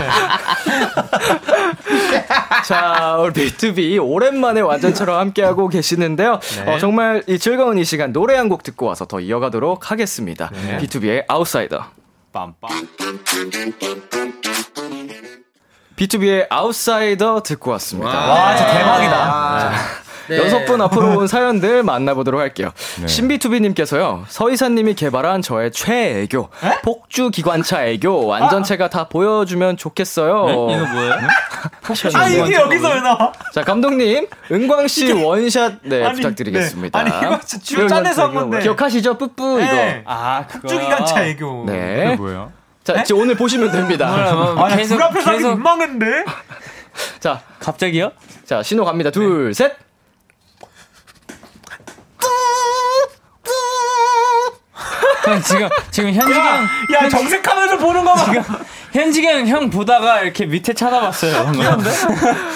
B: 자, 우리 B2B 오랜만에 완전처럼 함께하고 계시는데요.
E: 네.
B: 어, 정말 이 즐거운 이 시간 노래 한 곡 듣고 와서 더 이어가도록 하겠습니다.
E: 네.
B: B2B의 아웃사이더. B2B의 아웃사이더 듣고 왔습니다.
E: 아, 진짜 대박이다.
B: 여섯 분 앞으로 온 사연들 만나보도록 할게요.
E: 네.
B: 신비투비님께서요, 서이사님이 개발한 저의 최애 애교, 폭주 기관차 애교, 완전체가 다 보여주면 좋겠어요.
E: 네?
B: 이거 뭐예요?
D: 아 이게 여기서 왜 나와?
B: 자 감독님 은광 씨 원샷 네
D: 아니,
B: 부탁드리겠습니다.
D: 네. 아니, 이거 진짜 줄 짜내서 한 건데.
B: 기억하시죠 뿌뿌
D: 네.
B: 이거.
H: 아, 그거.
D: 쭉이간차 애교.
B: 네.
J: 뭐예요?
B: 자 이제 오늘 보시면 됩니다.
H: 아,
D: 아니
H: 계속,
D: 불 앞에서 하기
H: 계속,
D: 민망한데?
B: 자,
H: 갑자기요? 네.
B: 자 신호 갑니다. 둘 셋.
H: 형, 지금, 지금 현지경
D: 야 정색하면서 보는 거 봐.
H: 현지경형 보다가 이렇게 밑에 쳐다봤어요. 뭔가.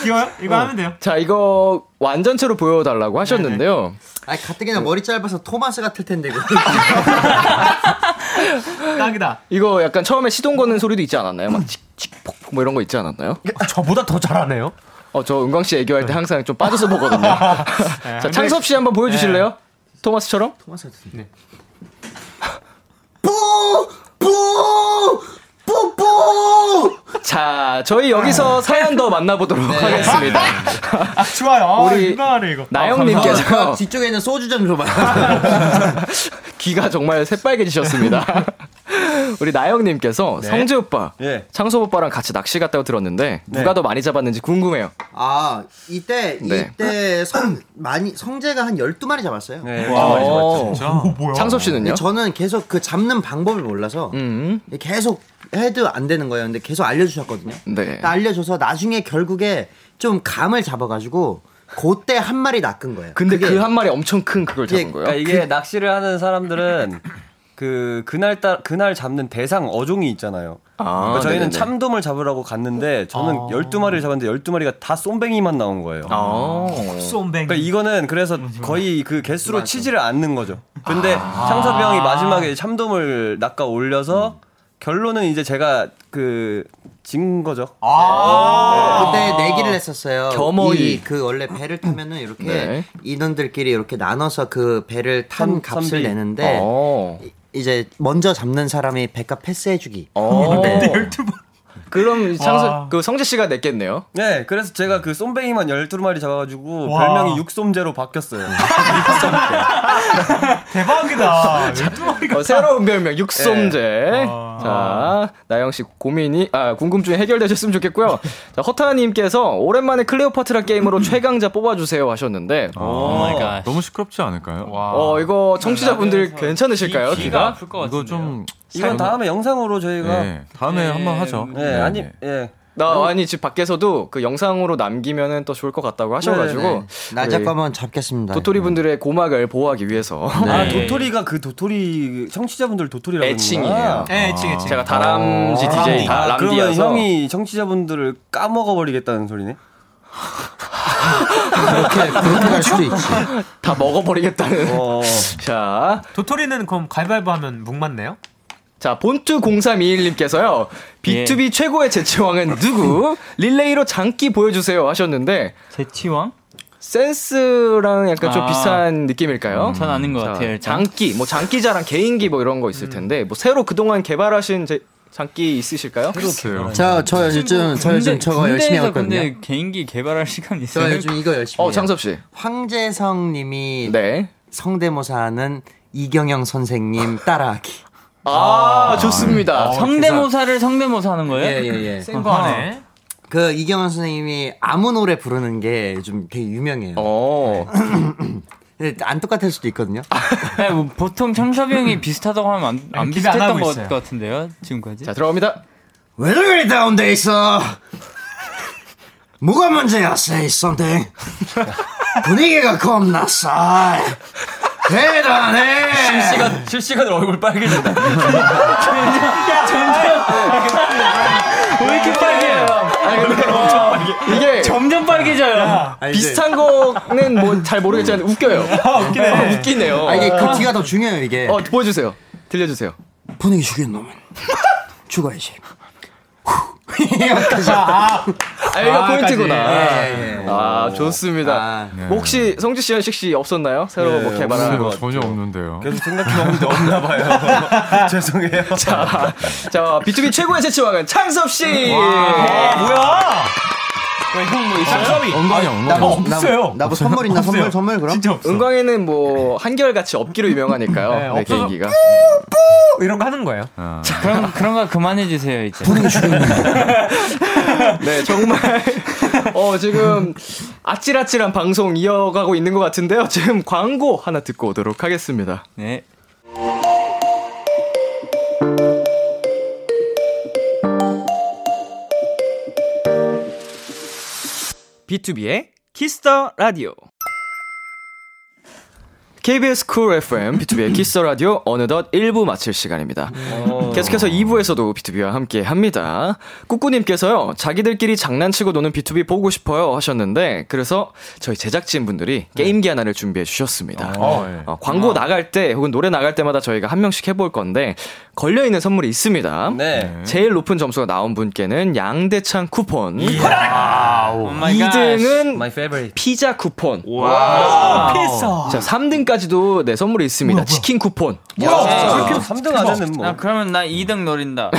D: 귀여워요? 이거 하면 돼요.
B: 어. 자 이거 완전체로 보여달라고
D: 네,
B: 하셨는데요.
F: 아니 가뜩이나 머리 짧아서 토마스 같을 텐데 이거.
D: 딱이다. 음.
B: 이거 약간 처음에 시동 거는 소리도 있지 않았나요? 막 칙칙 폭폭 뭐 이런 거 있지 않았나요?
D: 아,
I: 저보다 더 잘하네요.
B: 어 저 은광 씨 애교할 때 항상 좀 빠져서 보거든요.
D: 네.
I: 네.
B: 자 창섭 씨 한번 보여주실래요? 토마스처럼? 네.
F: 뿌! 뿌뿌!
B: 자, 저희 여기서 사연 더 만나보도록
F: 네.
D: 네.
B: 하겠습니다.
D: 아 좋아요. 아,
B: 우리
D: 민망하네 이거.
B: 나영님께서
F: 아, 뒤쪽에 있는 소주 좀 줘봐요.
B: 귀가 정말 새빨개지셨습니다. 우리 나영님께서
D: 네.
B: 성재 오빠,
E: 예.
B: 창섭 오빠랑 같이 낚시 갔다고 들었는데
D: 네.
B: 누가 더 많이 잡았는지 궁금해요.
F: 아, 이때,
B: 네.
F: 이때 성, 많이, 성재가 한 12마리 잡았어요.
E: 네.
B: 어,
D: 뭐야?
B: 창섭 씨는요?
F: 저는 계속 그 잡는 방법을 몰라서
B: 음,
F: 계속 해도 안 되는 거예요. 근데 계속 알려주셨거든요.
B: 네.
F: 알려줘서 나중에 결국에 좀 감을 잡아가지고 그때 한 마리 낚은 거예요.
B: 근데
F: 그게
B: 그 한 마리 엄청 큰 그걸
F: 그게-
B: 잡은
E: 그러니까
B: 거예요?
E: 이게 낚시를 하는 사람들은 그 그날 따, 그날 잡는 대상 어종이 있잖아요.
B: 아,
E: 그러니까 저희는
B: 네네네.
E: 참돔을 잡으라고 갔는데 저는 12마리를 잡았는데 12마리가 다 쏨뱅이만 나온 거예요.
B: 아,
I: 네.
D: 쏨뱅.
E: 그러니까 이거는 그래서 거의 그 개수로 치지를 않는 거죠. 근데 창섭이 형이 마지막에 참돔을 낚아 올려서 결론은 이제 제가 그 진 거죠.
F: 그때 내기를 했었어요.
B: 아. 겸허히.
F: 이 그 원래 배를 타면은 이렇게 어.
B: 네.
F: 인원들끼리 이렇게 나눠서 그 배를 탄
E: 선-
F: 값을
E: 선비.
F: 내는데
B: 어.
F: 이- 이제 먼저 잡는 사람이 배값 패스해주기.
B: 어.
F: 네,
D: 열두 번.
B: 그럼 창섭
D: 와.
B: 그 성재 씨가 냈겠네요.
E: 네, 그래서 제가 그 쏨뱅이만 12마리 잡아가지고
D: 와.
E: 별명이 육쏨재로 바뀌었어요.
D: 대박이다. 열두 마리가.
B: 어, 새로운 별명 육솜제.
J: 네. 아.
B: 자 나영 씨 고민이 아 궁금증이 해결되셨으면 좋겠고요. 자 허타님께서 오랜만에 클레오파트라 게임으로 최강자 뽑아주세요 하셨는데
D: Oh
H: 오마이갓.
J: 너무 시끄럽지 않을까요?
B: 어 이거 청취자분들 괜찮으실까요? 귀가?
H: 귀- 귀가 아플 것 같은데요.
J: 이거 좀
E: 이건 다음에 영상으로 저희가 네,
J: 네, 다음에 한번 하죠. 네.
E: 아니 예.
B: 나 아니 집 밖에서도 그 영상으로 남기면은 또 좋을 것 같다고 하셔가지고
F: 네, 나
B: 우리
F: 잡가면 잡겠습니다.
B: 도토리 분들의 고막을 보호하기 위해서
E: 아 도토리가 그 도토리 청취자분들 도토리라고
B: 애칭이에요.
D: 예, 칭 칭.
B: 제가 다람쥐 DJ 다
E: 아, 그러면
B: 람디여서
E: 형이 청취자분들을 까먹어 버리겠다는 소리네.
F: 그렇게 그렇게 갈 수도 있지.
B: 다 먹어버리겠다는.
E: 어.
B: 자
D: 도토리는 그럼 가위바위보 하면 목 맞나요?
B: 자, 본투0321님께서요, B2B
H: 예.
B: 최고의 재치왕은 누구? 릴레이로 장기 보여주세요 하셨는데,
H: 재치왕?
B: 센스랑 약간 좀
H: 아. 음,
B: 비슷한 느낌일까요?
H: 전 아닌 것
B: 자,
H: 같아요. 일단. 음.
B: 장기, 뭐 장기자랑 개인기 뭐 이런 거 있을 텐데, 뭐 새로 그동안 개발하신 제- 장기 있으실까요?
J: 글쎄요.
F: 자, 저 요즘 저 요즘
H: 군대-
F: 저거 열심히
H: 군대에서
F: 하거든요.
H: 근데 개인기 개발할 시간
F: 저
H: 있어요?
F: 요즘 이거 열심히.
B: 어,
F: 해요.
B: 장섭씨.
F: 황재성님이
B: 네.
F: 성대모사하는 이경영 선생님 따라하기.
B: 아, 좋습니다.
H: 성대모사를 성대모사하는 거예요?
F: 예.
D: 생거하네.
F: 그 이경영 선생님이 아무 노래 부르는 게 요즘 되게 유명해요.
B: 어,
F: 네. 근데 안 똑같을 수도 있거든요.
H: 네, 뭐 보통 참섭이 형이 비슷하다고 하면 안, 안
F: 아니, 기대 안
H: 비슷했던
F: 하고
H: 것
F: 있어요.
H: 같은데요, 지금까지. 자,
B: 들어갑니다.
F: 왜들 그리 다운돼 있어? 뭐가 문제야, say something. 분위기가 겁나 싸. 대단해.
E: 실시간 실시간으로 얼굴 빨개진다.
H: 왜 이렇게 빨개요?
B: 엄청 빨개. 이게
H: 점점 빨개져요.
F: 아,
H: 아,
B: 비슷한 거는 뭐 잘 모르겠지만 아, 웃겨요.
H: 아,
B: 웃기네. 웃기네요.
F: 아, 이게 그 뒤가 더 중요해요, 이게.
B: 어, 보여주세요. 들려주세요.
F: 분위기 죽인 놈은 죽어야지. 후. 이렇게죠.
B: 아, 여기가
F: 아,
B: 포인트구나.
F: 까지. 예, 예.
B: 아, 좋습니다.
G: 예.
J: 네.
B: 뭐 혹시 성지 씨, 현식 씨 없었나요? 새로 뭐
D: 네.
B: 개발하는 거.
G: 전혀 없는데요.
E: 계속 생각해봤는데 없나 봐요. 죄송해요.
B: 자, 자, B2B 최고의 재치왕은 창섭 씨. 예.
D: 뭐야?
B: 형뭐 있어요?
D: 장섭이.
G: 엉덩이 엉덩이.
F: 뭐-
D: 아, 없어요.
F: 나, 나뭐 선물 있나? 선물, 선물, 그럼?
D: 진짜 없어.
B: 은광이는 뭐 한결같이 업기로 유명하니까요.
D: 네,
B: 네,
D: 없어서-
B: 개인기가.
D: 어, 이런 거 하는 거예요.
H: 아. 그런 그런 거 그만해 주세요 이제.
B: 네, 정말 어 지금 아찔아찔한 방송 이어가고 있는 것 같은데요. 지금 광고 하나 듣고 오도록 하겠습니다.
H: 네.
A: B2B의 키스터 라디오.
B: KBS 쿨 FM B2B의 키스 라디오 어느덧 1부 마칠 시간입니다.
G: 어.
B: 계속해서 2부에서도 B2B와 함께 합니다. 꾸꾸님께서요 자기들끼리 장난치고 노는 B2B 보고 싶어요 하셨는데 그래서 저희 제작진 분들이 게임기 하나를 준비해 주셨습니다.
G: 네. 어, 예.
B: 어, 광고 나갈 때 혹은 노래 나갈 때마다 저희가 한 명씩 해볼 건데 걸려 있는 선물이 있습니다.
E: 네.
B: 제일 높은 점수가 나온 분께는 양대창 쿠폰,
H: 오 마이 갓.
B: 2등은
E: My favorite.
B: 피자 쿠폰,
D: 필서.
B: 자 3등까지도 네 선물이 있습니다. 치킨 쿠폰.
E: 뭐야? 3등 안에는 뭐.
H: 아, 그러면 나 2등 노린다.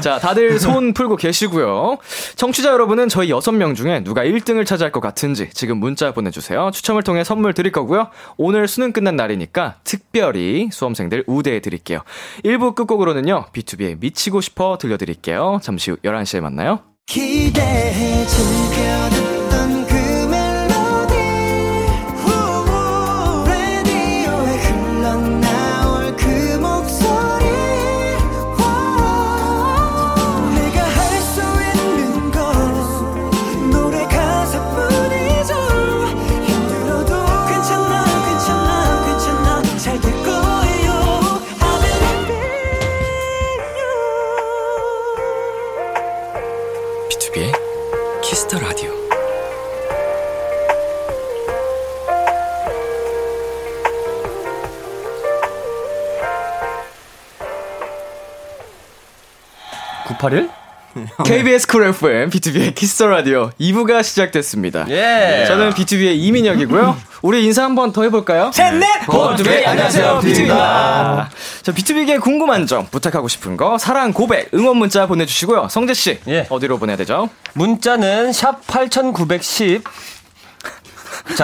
B: 자, 다들 손 풀고 계시고요. 청취자 여러분은 저희 6명 중에 누가 1등을 차지할 것 같은지 지금 문자 보내주세요. 추첨을 통해 선물 드릴 거고요. 오늘 수능 끝난 날이니까 특별히 수험생들 우대해 드릴게요. 1부 끝곡으로는요. B2B의 미치고 싶어 들려드릴게요. 잠시 후 11시에 만나요.
C: 기대해 즐겨 듣던 그 멜로디 후, 라디오에 흘러나올 그 목소리 와, 내가 할 수 있는 건 노래 가사뿐이죠 힘들어도 괜찮아 괜찮아 괜찮아 잘 될 거예요 I believe in you
A: B2B의 키스터 라디오.
B: KBS 쿨 FM B2B의 키스터 라디오 2부가 시작됐습니다.
E: 예.
B: 저는 B2B의 이민혁이고요. 우리 인사 한번 더 해볼까요?
D: 셋넷
B: 네,
E: 비투비입니다.
B: 안녕하세요. 비투비입니다. 자, 비투비에게 궁금한 점, 부탁하고 싶은 거, 사랑, 고백, 응원 문자 보내주시고요. 성재씨,
E: 예.
B: 어디로 보내야 되죠?
E: 문자는 샵 8910.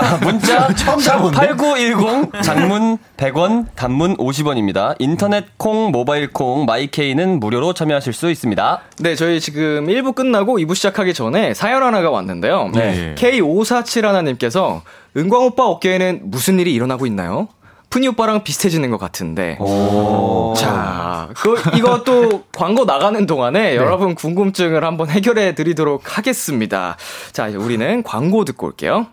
E: 자, 문자 샵 8910 장문 100원, 단문 50원입니다. 인터넷 콩, 모바일 콩, 마이케이는 무료로 참여하실 수 있습니다.
B: 네, 저희 지금 1부 끝나고 2부 시작하기 전에 사연 하나가 왔는데요.
G: 네.
B: K5471 하나님께서 은광 오빠 어깨에는 무슨 일이 일어나고 있나요? 푸니 오빠랑 비슷해지는 것 같은데. 자, 그, 이거 또 광고 나가는 동안에 여러분 궁금증을 한번 해결해 드리도록 하겠습니다. 자, 이제 우리는 광고 듣고 올게요.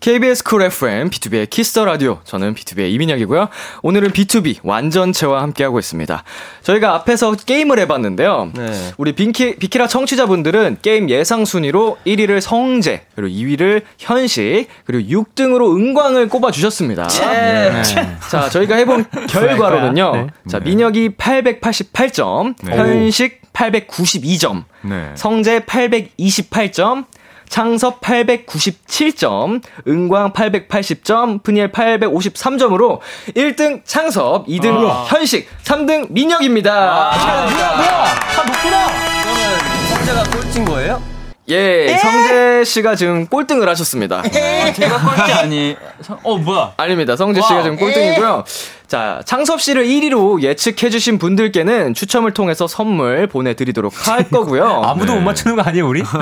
B: KBS 쿨 FM, B2B의 키스터 라디오. 저는 B2B의 이민혁이고요. 오늘은 B2B 완전체와 함께하고 있습니다. 저희가 앞에서 게임을 해봤는데요.
E: 네.
B: 우리 빈키, 비키라 청취자분들은 게임 예상 순위로 1위를 성재, 그리고 2위를 현식, 그리고 6등으로 은광을 꼽아주셨습니다. 네. 자, 저희가 해본 결과로는요. 자,
G: 네.
B: 민혁이 888점,
G: 네.
B: 현식 892점,
G: 네.
B: 성재 828점, 창섭 897점, 은광 880점, 푸니엘 853점으로 1등 창섭, 2등
G: 아.
B: 현식, 3등 민혁입니다.
E: 아, 문자가 꼴찌인 거예요?
B: 예, 성재 씨가 지금 꼴등을 하셨습니다.
E: 아,
H: 제가 꼴찌 아니. 성- 어 뭐야? 예.
B: 아닙니다. 성재 씨가 지금 꼴등이고요. 자, 창섭 씨를 1위로 예측해주신 분들께는 추첨을 통해서 선물 보내드리도록 할 거고요. 네.
I: 아무도 못 맞추는 거 아니에요, 우리? 다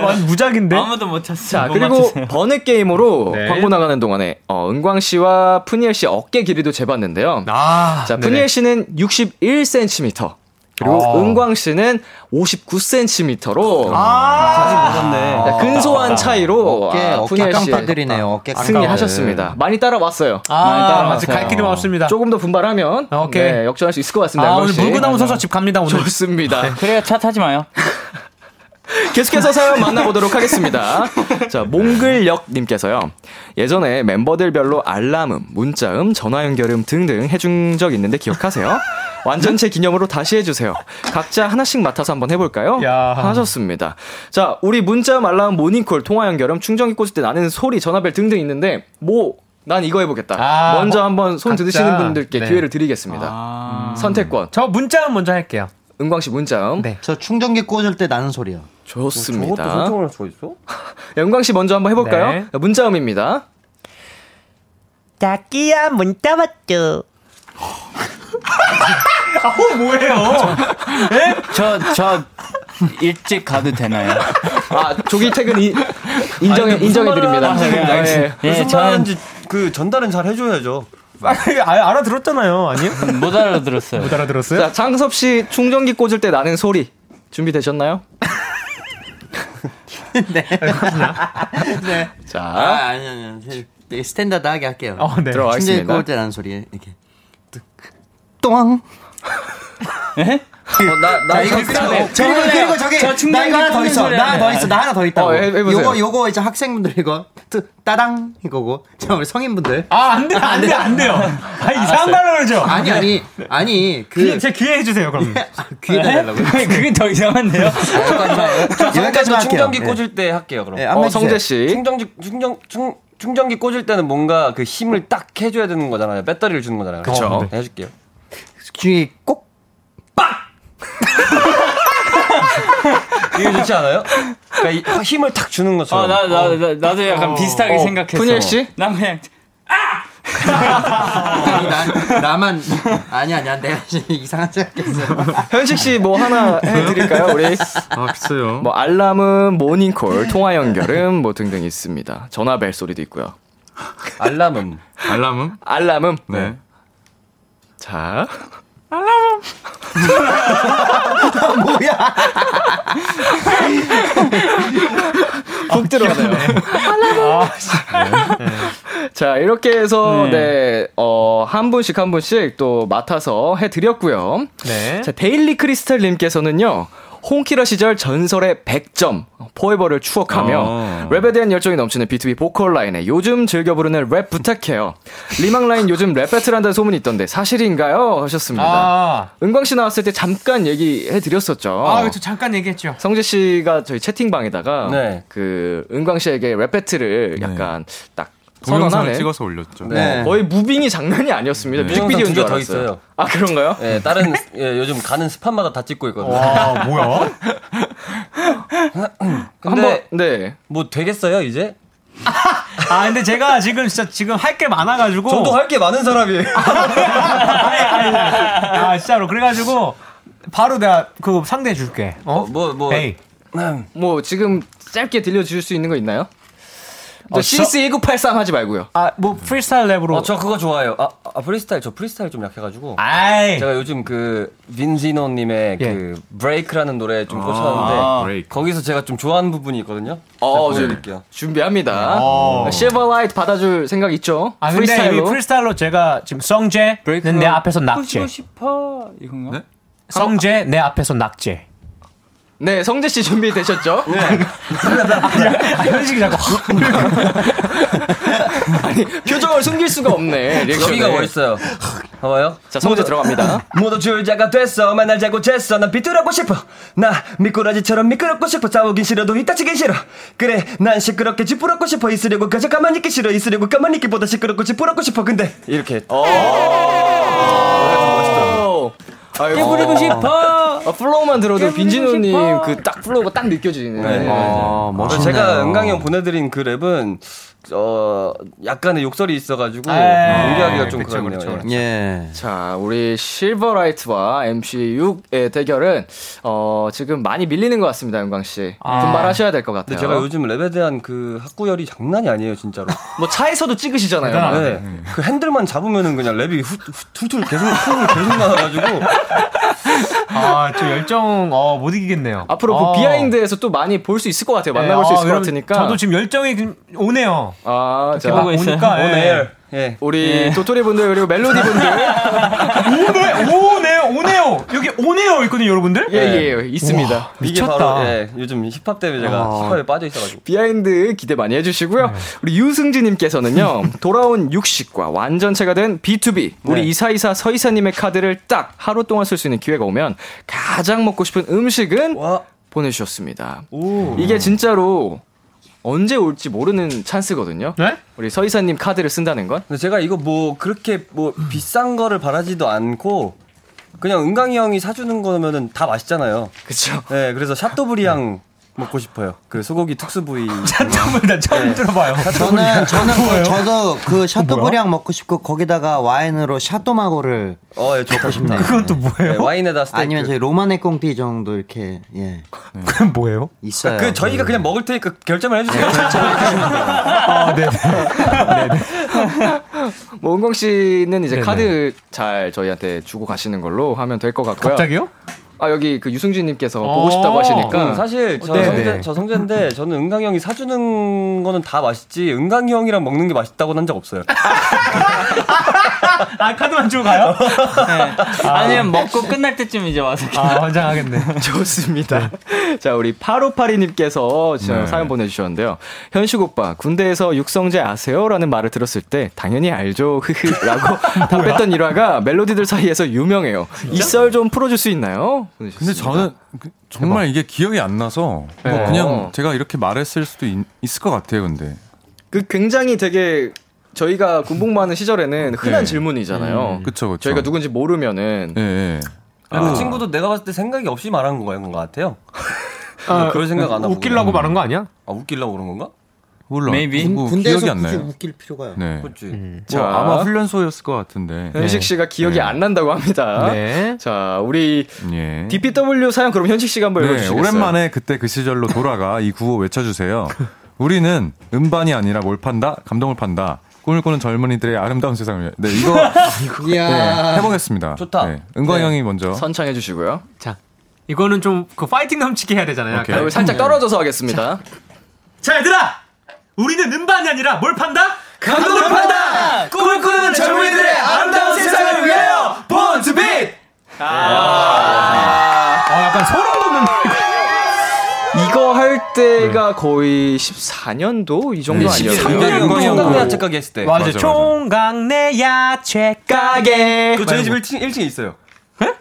I: 완- 무작인데?
B: 아무도
H: 못 찾았어요.
B: 자,
H: 못
B: 그리고
H: 맞추세요.
B: 번외 게임으로
H: 네.
B: 광고 나가는 동안에 어, 은광 씨와 푸니엘 씨 어깨 길이도 재봤는데요.
H: 아,
B: 자,
I: 네네.
B: 푸니엘 씨는 61cm. 그리고
I: 아.
B: 은광 씨는 59cm로
F: 아,
B: 네, 근소한 차이로
F: 어깨,
B: 아,
F: 어깨
B: 푸니엘 씨
F: 깜빡들이네요, 어깨
H: 네.
F: 깜빡들.
B: 승리하셨습니다. 많이 따라왔어요.
I: 아,
B: 많이 따라왔어요.
I: 아직 갈 길이 많습니다.
B: 조금 더 분발하면
I: 오케이.
B: 네, 역전할 수 있을 것 같습니다.
I: 아,
B: 은광
I: 오늘
B: 씨.
I: 물구나무 서서 집 갑니다, 오늘. 네.
B: 좋습니다.
H: 그래요, 차 타지 마요.
B: 계속해서 사연 만나보도록 하겠습니다. 자, 몽글역님께서요. 예전에 멤버들별로 알람음, 문자음, 전화연결음 등등 해준 적 있는데 기억하세요? 완전체 기념으로 다시 해주세요. 각자 하나씩 맡아서 한번 해볼까요? 하셨습니다. 자, 우리 문자음, 알람, 모닝콜, 통화연결음, 충전기 꽂을 때 나는 소리, 전화벨 등등 있는데, 뭐, 난 이거 해보겠다.
I: 아,
B: 먼저
I: 어,
B: 한번 손
I: 각자.
B: 드시는 분들께
I: 네. 아.
B: 기회를 드리겠습니다. 음. 선택권.
I: 저 뭐, 문자음 먼저 할게요. 네.
B: 은광 씨 문자음.
F: 저 충전기 꽂을 때 나는 소리요.
E: 어,
B: 좋습니다.
F: 할 수가 있어?
B: 영광 씨 먼저 한번 해볼까요?
F: 네.
B: 문자음입니다.
K: 자기야 문자 왔죠.
I: 아우 어? 뭐예요?
H: 저, 저, 일찍 가도 되나요?
B: 아, 조기 퇴근 이, 인정해, 인정해드립니다. 예.
E: 무슨
H: 저는-
E: 말하는지 그 전달은 잘 해줘야죠.
I: 아니, 아, 알아들었잖아요, 아니요?
H: 못 알아들었어요.
I: 못 알아들었어요?
B: 자, 장섭 씨 충전기 꽂을 때 나는 소리 준비되셨나요? 아,
F: 네.
B: 자.
F: 아, 아니, 아니, 아니. 되게 스탠다드하게 할게요.
B: 어, 네. 들어가겠습니다.
F: 충전기 꽂을 때 나는 소리. 이렇게. 똥. 어,
B: 나,
F: 자, 이거 그리고 그리고, 그리고 저기 나 이거 하나 더 있어. 나 하나 더 있어. 나 하나 더 있다고.
B: 어, 해- 해보세요.
F: 요거 요거 이제 학생분들 이거 뜨- 따당 이거고. 자, 우리 성인분들.
I: 아, 안 돼요, 안 돼요, 안 돼요. 아, 이상한 말로 그러죠?
F: 아니, 아니, 아니. 그
I: 귀에, 제 귀에 해주세요, 그럼. 네?
F: 귀에다 달라고요?
H: 그게 더
B: 아,
H: 이상한데요?
F: 여기까지만 할게요.
E: 충전기
F: 예.
E: 꽂을 때 할게요. 그럼.
F: 예, 한번 어, 해주세요. 성재
B: 씨.
E: 충전기 충전 충 충전기 꽂을 때는 뭔가 그 힘을 딱 해줘야 되는 거잖아요. 배터리를 주는 거잖아요.
B: 그쵸.
E: 어, 네, 해줄게요.
F: 귀에 꼭
E: 이게 좋지 않아요? 그러니까 이- 확 힘을 탁 주는 것처럼.
H: 아, 나, 나, 나, 나도 약간 비슷하게 생각했어.
B: 푸니엘 씨?
H: 난 그냥,
F: 아니, 난 나만 아니 아니야. 내가 지금 이상한 생각했어.
B: 현식 씨 뭐 하나 해드릴까요, 우리?
G: 아, 글쎄요.
B: 뭐, 알람은 모닝콜, 통화 연결음, 뭐 등등 있습니다. 전화벨 소리도 있고요.
E: 알람음.
G: 알람은?
B: 알람음.
G: 네.
B: 자. 아,
F: 아, 뭐야?
B: 훅 들어가네요. 아, 자, 이렇게 해서, 네, 어, 한 분씩 한 분씩 또 맡아서 해드렸고요.
I: 네.
B: 자, 데일리 크리스탈님께서는요, 홍키라 시절 전설의 100점, 포에버를 추억하며,
G: 어.
B: 랩에 대한 열정이 넘치는 B2B 보컬 라인에 요즘 즐겨 부르는 랩 부탁해요. 리망 라인 요즘 랩 배틀 한다는 소문이 있던데 사실인가요? 하셨습니다.
I: 아,
B: 은광 씨 나왔을 때 잠깐 얘기해드렸었죠.
I: 아, 그쵸, 잠깐 얘기했죠.
B: 성재 씨가 저희 채팅방에다가
E: 네.
B: 그 은광 씨에게 랩 배틀을
I: 네.
B: 약간 딱
G: 동영상을
B: 선언하는
G: 찍어서 올렸죠.
F: 네.
B: 거의 무빙이 장난이 아니었습니다.
E: 네. 동영상
B: 뮤직비디오인
E: 두
B: 줄
E: 개더
B: 알았어요.
E: 있어요.
B: 아 그런가요?
E: 예, 다른 예, 요즘 가는 스팟마다 다 찍고 있거든요.
I: 와, 뭐야?
E: 근데
B: 한번 네.
E: 뭐 되겠어요 이제?
I: 아, 근데 제가 지금 진짜 지금 할 게 많아가지고. 아, 뭐,
E: 저도 할 게 많은 사람이에요.
I: 아니, 아니, 아니. 아, 진짜로. 그래가지고, 바로 내가 그 상대해 줄게. 어?
E: 뭐 뭐.
I: 에이.
B: 뭐 지금 짧게 들려주실 수 있는 거 있나요?
I: 어,
B: 저 CS 1983 하지 말고요.
I: 아, 뭐, 프리스타일 랩으로.
E: 어, 저 그거 좋아해요. 아, 아, 프리스타일 저 프리스타일 좀 약해가지고.
I: 아이.
E: 제가 요즘 그 빈지노님의
I: 예. 아,
E: 그 브레이크라는 노래 좀 꽂혔는데
G: 브레이크.
E: 거기서 제가 좀 좋아하는 부분이 있거든요.
B: 어,
E: 제가 보여드릴게요.
B: 준비합니다.
I: 오.
B: 실버라이트 아, 받아줄 생각 있죠?
I: 어. 아, 근데 프리스타일로?
B: 프리스타일로.
I: 이미 프리스타일로 제가 지금 성재는 내 앞에서
E: 어,
I: 낙제.
H: 어, 부시고 싶어. 이건가?
I: 성재 내 앞에서 낙제.
B: 네, 성재 씨 준비 되셨죠?
I: 아, 이런 식이 자꾸.
B: 아니 표정을 숨길 수가 없네. 리액션에.
E: 여기가 멋있어요. 봐봐요.
B: 자,
H: 뭐,
B: 성재 들어갑니다.
E: 뭐, 모두 줄자가 됐어 맨날 자고 쟀어 난 비뚤어고 싶어 나 미꾸라지처럼 미끄럽고 싶어 싸우긴 싫어도 이따치긴 싫어 그래 난 시끄럽게 지푸럽고 싶어 있으려고 가져 가만히 있기 싫어 있으려고 가만히 있기보다 시끄럽고 지푸럽고 싶어 근데 이렇게
B: 오. 아이고.
H: 깨부리고 싶어.
B: 아, 플로우만 들어도
H: 깨물고
B: 빈지노님
H: 싶어.
B: 그 딱 플로우가 딱 느껴지는.
E: 네.
B: 네.
E: 제가 은강이 형 보내드린 그 랩은 어 약간의 욕설이 있어가지고
B: 아,
E: 얘기하기가 좀
B: 그쵸,
E: 그렇네요.
B: 그쵸, 그쵸.
E: 예.
B: 자, 우리 실버라이트와 MC6의 대결은 어, 지금 많이 밀리는 것 같습니다, 영광 씨.
I: 아.
B: 분발하셔야 될 것 같아요.
E: 아. 근데 제가 요즘 랩에 대한 그 학구열이 장난이 아니에요, 진짜로.
B: 뭐 차에서도 찍으시잖아요.
E: 네. 그 핸들만 잡으면은 그냥 랩이 후, 후, 툴툴 계속 툴툴 계속 나와가지고.
I: 아, 저 열정 어, 못 이기겠네요. 어.
B: 앞으로
E: 아.
B: 그 비하인드에서 또 많이 볼 수 있을 것 같아요. 만나볼
E: 네.
B: 수 있을 것 같으니까.
I: 네. 저도 지금 열정이 지금 오네요.
B: 아, 자,
I: 보고 있어요. 오니까, 예. 오네요.
B: 우리
I: 예.
B: 도토리 분들 그리고 멜로디 분들
I: 오네, 오네요, 오네요. 여기 오네요 있거든요, 여러분들.
B: 예예 있습니다.
E: 네. 이게 바로 예, 요즘 힙합 때문에 제가
B: 아.
E: 힙합에 빠져 있어가지고. 네.
B: 비하인드 기대 많이 해주시고요. 우리 유승진님께서는요 돌아온 육식과 완전체가 된 B2B 우리
E: 네.
B: 이사이사 서이사님의 카드를 딱 하루 동안 쓸 수 있는 기회가 오면 가장 먹고 싶은 음식은 보내주셨습니다. 이게 진짜로 언제 올지 모르는 찬스거든요. 우리 서이사님 카드를 쓴다는 건?
E: 네? 근데 제가 이거 뭐 그렇게 뭐 비싼 거를 바라지도 않고 그냥 은강이 형이 사주는 거면은 다 맛있잖아요.
B: 그쵸.
E: 네, 그래서 샤또브리앙 먹고 싶어요. 그 소고기 특수 부위. 네.
I: 샤또브리 난 처음 들어봐요.
F: 저는 저는 그,
E: 뭐예요?
F: 저도 그 샤또브리앙 먹고 싶고 거기다가 와인으로 샤또마고를
E: 어, 예, 좋다, 좋다.
F: 그건
I: 또 뭐예요?
E: 와인에다 스테이크.
F: 아니면 저희 로마네 꽁피 정도 이렇게 예.
I: 그건 뭐예요?
F: 있어요. 네.
E: 그 저희가 그냥 먹을 테니까 결제만 해주세요.
I: 아, 네.
B: 뭐 은광 씨는 이제
E: 네네.
B: 카드 잘 저희한테 주고 가시는 걸로 하면 될 것 같고요.
E: 갑자기요? 어.
B: 아 여기 그 유승진님께서 보고 싶다고 하시니까 네.
E: 음, 사실 저, 성재, 저 성재인데 저는 은강이 형이 사주는 거는 다 맛있지 은강이 형이랑 먹는 게 맛있다고는 한 적 없어요.
I: 아, 카드만 주고 가요?
E: 네.
H: 아니면 먹고 끝날 때쯤 이제 와서.
I: 아, 환장하겠네.
B: 좋습니다. 자, 우리 8582님께서
H: 네.
B: 사연 보내주셨는데요. 현식 오빠, 군대에서 육성재 아세요? 라는 말을 들었을 때, 당연히 알죠. 흐흐. 라고 답했던 일화가 멜로디들 사이에서 유명해요. 이 썰 좀 풀어줄 수 있나요?
G: 근데 저는 그- 정말 이게 기억이 안 나서 뭐
B: 네.
G: 그냥
B: 어.
G: 제가 이렇게 말했을 수도 있, 을것 같아요. 근데
B: 그 굉장히 되게 저희가 군복 많은 시절에는 흔한
G: 네.
B: 질문이잖아요.
G: 음, 그쵸, 예, 그쵸.
B: 저희가 누군지 모르면은.
E: 근데 그 친구도 내가 봤을 때 생각이 없이 말한 거인 것 같아요. 뭐 그럴 생각 안 하고
I: 웃기려고
E: 그냥.
I: 말한 거 아니야?
E: 아 웃기려고 그런 건가?
G: 몰라.
I: Maybe.
G: 뭐
I: 군대에서
G: 기억이 안
I: 굳이
G: 나요.
F: 웃길 필요가요.
G: 네.
E: 그치.
F: 음.
G: 뭐
B: 자.
G: 아마 훈련소였을 것 같은데.
I: 네.
B: 현식 씨가 기억이 안 난다고 합니다.
G: 네.
B: 자, 우리 DPW 사연 그럼 현식 씨가 한번
G: 예. 네,
B: 읽어주시겠어요?
G: 오랜만에 그때 그 시절로 돌아가 이 구호 외쳐주세요. 우리는 음반이 아니라 뭘 판다? 감동을 판다. 꿈을 꾸는 젊은이들의 아름다운 세상을. 위해. 네, 이거 네, 해보겠습니다.
I: 좋다.
G: 네, 은광
I: 네.
G: 형이 먼저.
B: 선창해 주시고요.
I: 자, 이거는 좀 그 파이팅 넘치게 해야 되잖아요.
G: 오케이.
I: 약간.
G: 살짝
B: 네, 떨어져서 하겠습니다.
I: 음. 자, 얘들아! 우리는 음반이 아니라 뭘 판다?
C: 감동을 판다! 꿈을 꾸는 젊은이들의 아름다운 세상을 위하여
I: 본투빛! 아, 약간 소름 돋는.
B: 이거 할 때가 거의 14년도 이 정도
I: 네,
B: 아니었어요?
I: 13 년도 총각내 야채
E: 가게 했을 때.
I: 맞아, 총각내 야채 가게.
E: 그 저희 집 1층 1층에 있어요.
I: 네?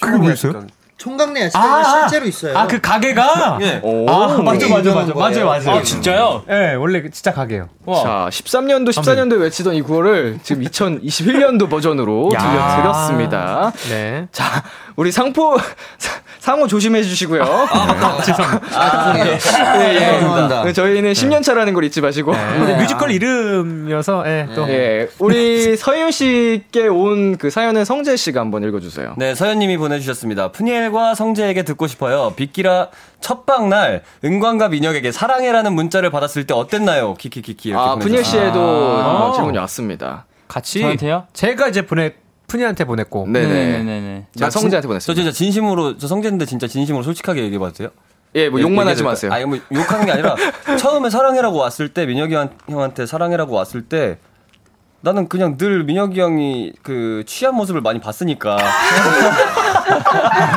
I: 그게 뭐 있어요?
F: 총각내 야채가
I: 아,
F: 실제로 있어요.
I: 아, 그 가게가?
F: 예.
I: 아, 맞아, 맞아, 맞아.
F: 유명한
I: 맞아요,
F: 거예요.
I: 맞아요.
F: 아, 진짜요?
I: 예, 원래 그 진짜 가게요.
B: 자, 13년도, 14년도에 외치던 이 구호를 지금 2021년도 버전으로
I: 야.
B: 들려드렸습니다.
I: 네.
B: 자, 우리 상포, 사- 상호 조심해
H: 아,
B: 주시고요.
I: 죄송합니다.
E: 네.
B: 아,
I: 죄송해요.
B: 예, 예.
I: 죄송합니다.
B: 네, 저희는 10년차라는 걸 잊지 마시고.
E: 아,
I: 근데 뮤지컬 이름이어서, 예, 또.
B: 예, 우리 서윤 씨께 온 그 사연은 성재 씨가 한번 읽어주세요.
E: 네, 서현님이 보내주셨습니다. 푸니엘과 성재에게 듣고 싶어요. 빅기라 첫방 날 은광과 민혁에게 사랑해라는 문자를 받았을 때 어땠나요? 키키키키 이렇게
B: 아, 푸니엘
E: 보내주셨어요.
B: 씨에도
I: 아.
B: 어, 질문이 왔습니다.
I: 같이
E: 저한테요?
I: 제가 이제 보내 푸니한테 보냈고
B: 네네네네. 제가 성재한테
E: 보냈어요. 저 진짜 진심으로 저 성재인데 진짜 진심으로 솔직하게 얘기해 봐도 돼요?
B: 예, 뭐 욕만 하지 마세요.
E: 아니 뭐 욕하는 게 아니라 처음에 사랑해라고 왔을 때 민혁이 형- 형한테 사랑해라고 왔을 때 나는 그냥 늘 민혁이 형이 그 취한 모습을 많이 봤으니까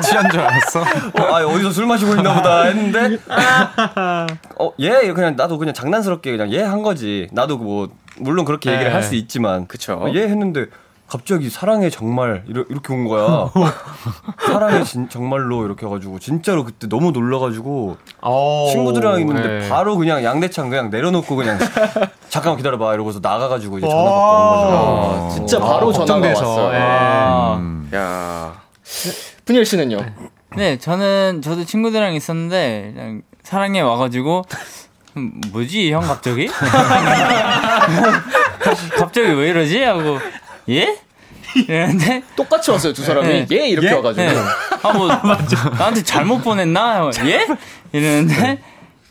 G: 취한 줄 알았어.
E: 어, 아 어디서 술 마시고 있나 보다 했는데
B: 아.
E: 어예 그냥 나도 그냥 장난스럽게 그냥 예 한 거지 나도 뭐 물론 그렇게 얘기를
I: 네.
E: 할 수 있지만
B: 그쵸
E: 어, 예 했는데 갑자기 사랑해 정말 이러- 이렇게 온 거야 사랑해 진, 정말로 이렇게 해가지고 진짜로 그때 너무 놀라가지고 친구들이랑 있는데
I: 네.
E: 바로 그냥 양대창 그냥 내려놓고 그냥 잠깐만 기다려봐 이러고서 나가가지고 아, 이제 전화 받고
I: 오.
E: 온 거죠
B: 아,
E: 뭐
B: 진짜 바로 전화가 왔어요.
E: 아.
B: 야. 분열 씨는요?
H: 네, 저는 저도 친구들이랑 있었는데 그냥 사랑해 와가지고 뭐지 형 갑자기? 갑자기 왜 이러지? 하고 예? 이랬는데
B: 똑같이 왔어요 두 사람이
H: 네.
B: 예 이렇게
H: 예?
B: 와가지고
H: 네. 아뭐 나한테 잘못 보냈나? 예? 이랬는데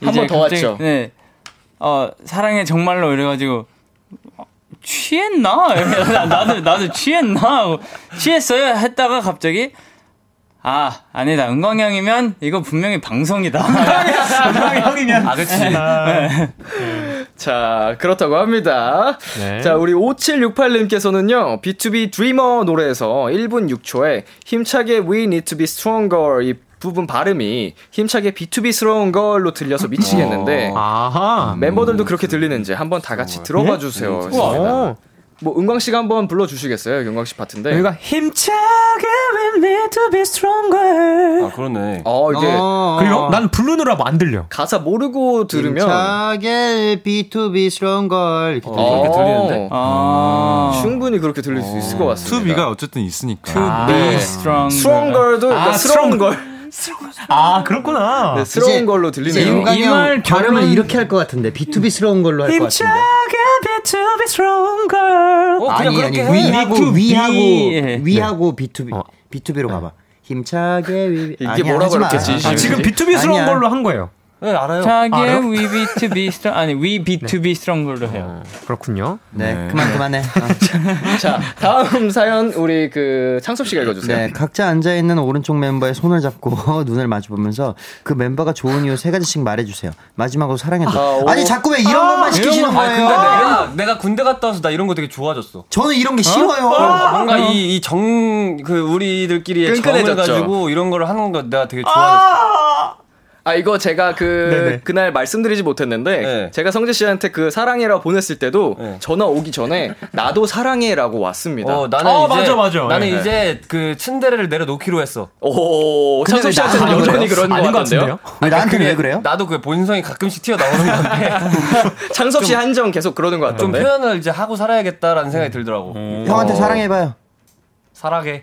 B: 한번더
H: 갑자기,
B: 왔죠.
H: 네. 어 사랑해 정말로 이래가지고 어, 취했나? 나- 나도 나도 취했나? 하고 취했어요 했다가 갑자기 아 아니다 은광 형이면 이거 분명히 방송이다.
I: 은광 형이면
B: 아 그치
H: 네.
B: 자, 그렇다고 합니다.
H: 네.
B: 자, 우리 5768님께서는요, B2B Dreamer 노래에서 1분 6초에 힘차게 We Need to Be Stronger 이 부분 발음이 힘차게 B2B스러운 걸로 들려서 미치겠는데, 음, 멤버들도 그렇게 들리는지 한번 다 같이 들어봐 주세요.
I: 예? 우와.
B: 좋습니다. 뭐, 은광씨가 한번 불러주시겠어요? 은광씨 파트인데.
I: 여기가 힘차게 we need to be stronger.
E: 그러네.
B: 어, 이게.
I: 그리고 난 부르느라 하면 안 들려.
B: 가사 모르고 들으면.
F: 자게 B2B스러운 걸 이렇게
B: 어,
F: 들리죠.
I: 아.
B: 음, 충분히 그렇게 들릴 수 있을 것 같습니다.
G: 아. 음. 투비가 어쨌든 있으니까.
B: To be 네. stronger. Stronger도 그러니까 스러운 걸.
I: 아 그렇구나.
B: 네, 스러운 걸로 들리네요.
F: 이
B: 이말
F: 말
B: 결론은-
F: 발음을 이렇게 할 것 같은데 B2B스러운 걸로 할 것
I: 힘차게
F: 같은데.
I: be to be stronger.
F: 아니 아니 위하고 위하고
I: 예.
F: 위하고 B2B B2B로 가봐. 힘차게 위.
I: 이게
F: 아니,
I: 뭐라고
F: 하지 마.
I: 이렇게 지시는지. 아, 지금 B2B-스러운
F: 아니야.
I: 걸로 한 거예요.
F: 네 알아요.
H: 자기
F: 알아요?
H: we be to be strong 아니 we be to be strong으로 해요.
I: 그렇군요.
F: 네, 그만 그만해.
B: 아, 자, 다음 사연 우리 그 창섭 씨가 읽어주세요.
F: 네, 각자 앉아 있는 오른쪽 멤버의 손을 잡고 눈을 마주보면서 그 멤버가 좋은 이유 세 가지씩 말해주세요. 마지막으로 사랑해줘.
E: 아,
F: 아, 니
E: 오.
F: 자꾸 왜 이런
E: 아,
F: 것만 시키시는
E: 이런 거- 아니,
F: 거예요?
E: 근데 내가, 내가 군대 갔다 와서 나 이런 거 되게 좋아졌어.
F: 저는 이런 게
E: 어?
F: 싫어요.
E: 어, 뭔가 이, 이 정, 그, 우리들끼리의 정을
B: 끈끈해졌죠.
E: 가지고 이런 걸 하는 거 내가 되게 좋아졌어.
B: 아 이거 제가 그
E: 네네.
B: 그날 말씀드리지 못했는데
E: 네.
B: 제가 성재 씨한테 그 사랑해라 보냈을 때도 전화 오기 전에 나도 사랑해라고 왔습니다.
E: 어, 나는
I: 아,
E: 이제,
I: 예,
E: 나는
I: 네.
E: 이제 그 츤데레를 내려놓기로 했어.
B: 오,
E: 근데
B: 창섭
E: 왜
B: 씨한테는
E: 나한테
B: 여전히
E: 그래요?
B: 그런 것
E: 아닌 것
B: 같은데요?
E: 같은데요? 아니, 그게 나도 그 본성이 가끔씩 튀어나오는 건데.
B: 창섭 씨 한정 계속 그러는 것
E: 좀
B: 같던데. 어.
E: 표현을 이제 하고 살아야겠다라는 생각이 들더라고.
F: 형한테 네, 사랑해봐요.
E: 사랑해.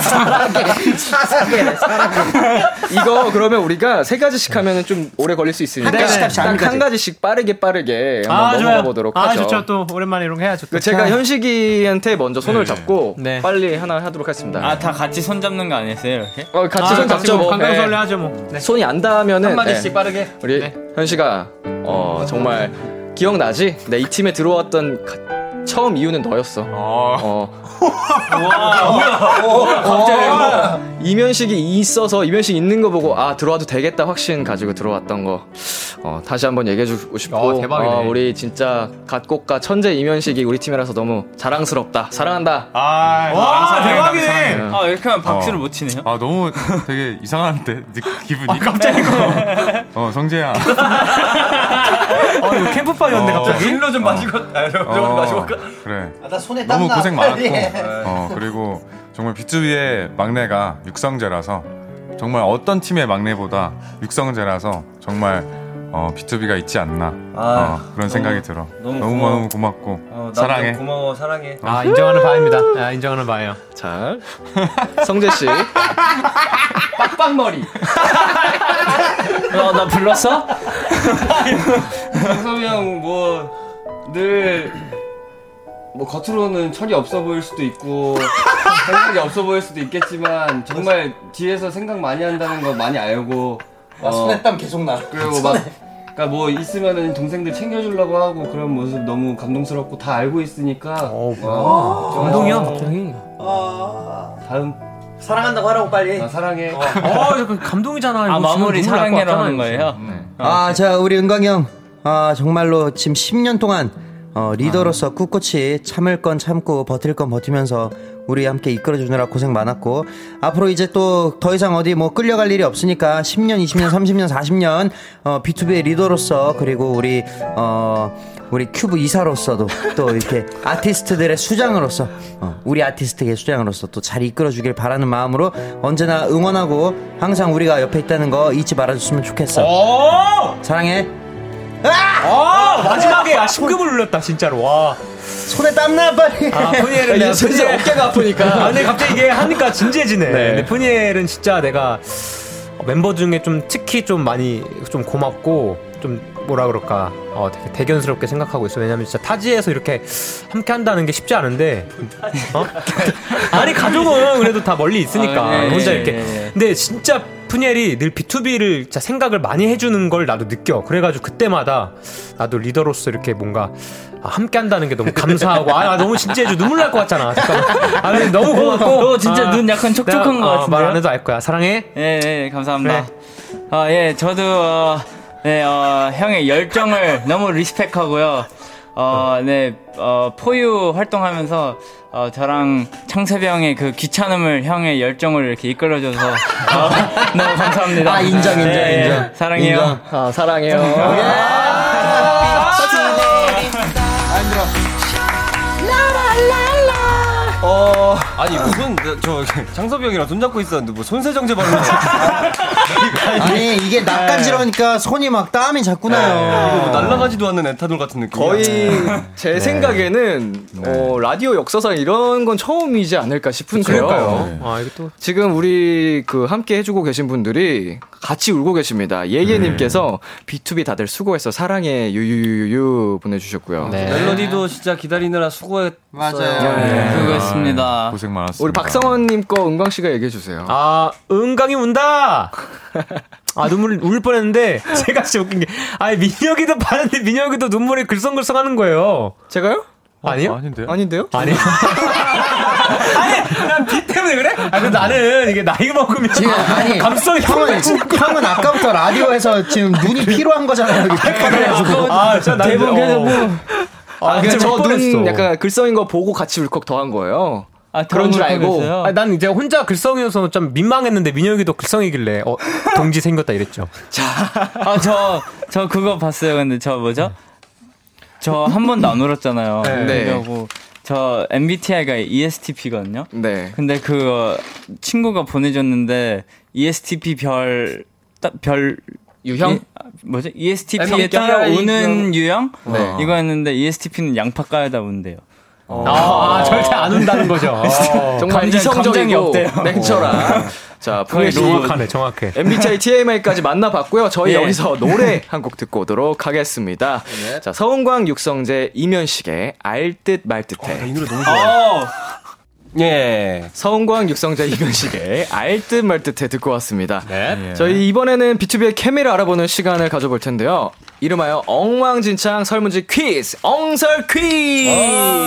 F: 사랑해.
B: 이거 그러면 우리가 세 가지씩 하면은 좀 오래 걸릴 수 있으니까
I: 한 가지씩 합시다, 한
B: 딱
I: 가지.
B: 한 가지씩 빠르게 빠르게 한번
I: 아
B: 넘어가
I: 좋아요.
B: 보도록
I: 아
B: 하죠.
I: 좋죠. 또 오랜만에 이런 거 해야죠. 또.
B: 그 제가 현식이한테 먼저 손을
I: 네.
B: 잡고
I: 네.
B: 빨리 하나 하도록 하겠습니다.
H: 아 다 같이 손 잡는 거 아니었어요 이렇게?
B: 어, 같이 손
I: 아, 같이
B: 잡죠.
I: 뭐
B: 뭐.
I: 강강설레
B: 네.
I: 하죠 뭐. 네.
B: 손이 안 닿으면은
I: 한 마디씩
B: 네.
I: 빠르게.
B: 우리 현식아 어 정말 기억나지? 내 이 팀에 들어왔던 가- 처음 이유는 너였어.
H: 아.
B: 어.
E: 갑자기
B: 이면식이 있어서 이면식 있는 거 보고 아 들어와도 되겠다 확신 가지고 들어왔던 거 어, 다시 한번 얘기해 주고 싶고
H: 아,
I: 어, 대박이네.
B: 어, 우리 진짜 갓곡가 천재 이면식이 우리 팀이라서 너무 자랑스럽다 사랑한다
I: 와 대박이네.
B: 사랑해요.
H: 아 이렇게 하면 박수를
G: 아, 어.
H: 못 치네요.
G: 아 너무 되게 이상한데 느- 기분이 어 성재야 아,
I: 어 이거 캠프파이어인데 갑자기.
E: 일로 좀 마시고, 아, 좀
G: 어,
E: 마시고.
G: 그래
F: 아, 나 손에
G: 너무
F: 땀나. 예.
G: 고생
F: 빨리
G: 많았고
F: 해.
G: 어 그리고 정말 비투비의 막내가 육성재라서 정말 어떤 팀의 막내보다 육성재라서 정말 어 비투비가 있지 않나 어,
E: 아,
G: 그런 생각이
E: 너무-
G: 들어
E: 너무
G: 너무
E: 고마워.
G: 너무 고맙고
E: 어, 나도
G: 사랑해
E: 고마워, 사랑해.
I: 아 인정하는 바입니다. 아 인정하는 바예요.
B: 자 성재 씨
E: 빡빡머리.
H: 너, 나 불렀어?
E: 정섭이 형, 뭐, 늘, 뭐, 겉으로는 철이 없어 보일 수도 있고, 생각이 없어 보일 수도 있겠지만, 정말 뒤에서 생각 많이 한다는 거 많이 알고, 어,
F: 나 아, 손에 땀 계속 나.
E: 그리고 막, 그니까 뭐 있으면은 동생들 챙겨주려고 하고 그런 모습 너무 감동스럽고 다 알고 있으니까. 어, 정말
I: 감동이야
E: 어,
I: 갑자기.
E: 다음.
F: 사랑한다고 하라고 빨리.
E: 나 사랑해.
I: 어 이거 감동이잖아. 이거
H: 아
I: 지금
H: 마무리
I: 눈물 날것
H: 사랑해라 하는
I: 같잖아요, 지금.
H: 거예요? 네.
F: 아, 자, 우리 은광이 형. 아, 정말로 지금 10년 동안 어,
I: 아.
F: 리더로서 꿋꿋이 참을 건 참고 버틸 건 버티면서 우리 함께 이끌어 주느라 고생 많았고 앞으로 이제 또 더 이상 어디 뭐 끌려갈 일이 없으니까 10년, 20년, 30년, 40년 어, B2B의 리더로서 그리고 우리 어 우리 큐브 이사로서도 또 이렇게 아티스트들의 수장으로서 어, 우리 아티스트의 수장으로서 또 잘 이끌어 주길 바라는 마음으로 언제나 응원하고 항상 우리가 옆에 있다는 거 잊지 말아 줬으면 좋겠어. 어! 사랑해.
I: 아 마지막에 아 10급을 눌렀다 진짜로 와.
F: 손에 땀나 빨리.
I: 아, 푸니엘은 내가 진짜- 아, 근데 갑자기 이게 하니까 진지해지네. 근데 푸니엘은 진짜 내가 멤버 중에 좀 특히 좀 많이 좀 고맙고 좀 뭐라 그럴까 어, 되게 대견스럽게 생각하고 있어. 왜냐면 진짜 타지에서 이렇게 함께 한다는 게 쉽지 않은데. 어? 아니 가족은 그래도 다 멀리 있으니까
H: 아, 예,
I: 혼자
H: 예,
I: 이렇게.
H: 예, 예.
I: 근데 진짜 푸넬이 늘 B2B를 진짜 생각을 많이 해주는 걸 나도 느껴. 그래가지고 그때마다 나도 리더로서 이렇게 뭔가 아, 함께 한다는 게 너무 감사하고 아 나 너무 진지해져 눈물 날 것 같잖아. 잠깐만. 아, 근데 너무 고맙고. 어,
H: 너 진짜 눈 약간 촉촉한 것 같은데요?
I: 말안 해도 알 거야. 사랑해.
H: 예, 예, 감사합니다. 아, 예, 저도, 어, 네, 어, 형의 열정을 너무 리스펙하고요. 어, 네, 어, 포유 활동하면서, 어, 저랑 창섭이 형의 그 귀찮음을 형의 열정을 이렇게 이끌어줘서, 어, 너무 감사합니다.
F: 아, 인정, 인정,
H: 네,
F: 인정.
H: 사랑해요.
F: 인정.
H: 아, 사랑해요.
E: 어 아니 무슨 저 장섭이 형이랑 손잡고 있었는데 뭐 손세정제 바르는 거
F: 아니 네. 이게 낯간지러우니까 손이 막 땀이 자꾸
E: 이거 뭐
F: 나요.
E: 날라가지도 않는 에탄올 같은 느낌
F: 거의
B: 제
E: 네.
B: 생각에는
H: 네.
B: 어, 라디오 역사상 이런 건 처음이지 않을까 싶은데요.
E: 그러니까요.
I: 아, 이거 또
B: 지금 우리 그 함께 해주고 계신 분들이 같이 울고 계십니다. 예예님께서
H: 네.
B: B2B 다들 수고했어 사랑해 유유유유 보내주셨고요.
E: 멜로디도 진짜 기다리느라 수고했어요.
B: 맞아요.
H: 네, 수고했습니다.
B: 아,
G: 고생 많았습니다.
B: 우리 박성원님 거 은광 씨가 얘기해 주세요.
I: 아, 은강이 운다! 아, 눈물, 울 뻔했는데, 제가 진짜 웃긴 게, 아니, 민혁이도 봤는데, 민혁이도 눈물이 글썽글썽 하는 거예요.
B: 제가요?
I: 아니요?
G: 아닌데요?
B: 아닌데요?
I: 아니. 아니, 난비 때문에 그래? 아, 근데 나는 이게 나이 먹으면.
F: 네. 지금 아니
I: 감성이
F: 형은
I: 확
F: 형은 아까부터 라디오에서 지금 눈이 필요한 거잖아요. 여기 백화를 해가지고.
I: 아, 진짜 나
B: 대본
I: 어.
B: 계속
I: 아,
B: 아, 그냥
I: 진짜 울 뻔했어.
B: 저눈 약간 글썽인 거 보고 같이 울컥 더한 거예요.
H: 아,
B: 그런 줄 알고.
I: 아, 난 이제 혼자 글썽이어서 좀 민망했는데, 민혁이도 글썽이길래, 어, 동지 생겼다 이랬죠.
H: 아, 저, 저 그거 봤어요. 근데 저
I: 네.
H: 뭐죠? 저 한 번도 안 울었잖아요.
B: 네. 네.
H: 그리고 저 MBTI가 E ESTP거든요.
B: 네.
H: 근데 그 어, 친구가 보내줬는데 E ESTP 별, 딱 별,
B: 유형?
H: 이- 아, 뭐죠? ESTP에
B: 성격?
H: 따라 오는
B: 성격?
H: 유형?
B: 네.
H: 이거였는데 E ESTP는 양파 까야다 운대요.
I: 아, 아, 절대 안 운다는 거죠. 어.
B: 정말
H: 감정- 감정이
B: 이성적이고
H: 없대요. 네.
B: 냉철한. 자, 풍혜
I: 거의
B: 씨.
I: 정확하네, 정확해.
B: MBTI TMI까지 만나봤고요. 저희
I: 예.
B: 여기서 노래 한 곡 듣고 오도록 하겠습니다. 자, 서은광 육성재 이면식의 알듯 말듯해. 이 노래 너무
H: 어!
E: 좋아.
B: 예. 서은광 육성재 이면식의 알듯 말듯해 듣고 왔습니다. 예.
E: 네.
B: 저희 이번에는 B2B의 케미를 알아보는 시간을 가져볼 텐데요. 이름하여 엉망진창 설문지 퀴즈, 엉설 퀴즈.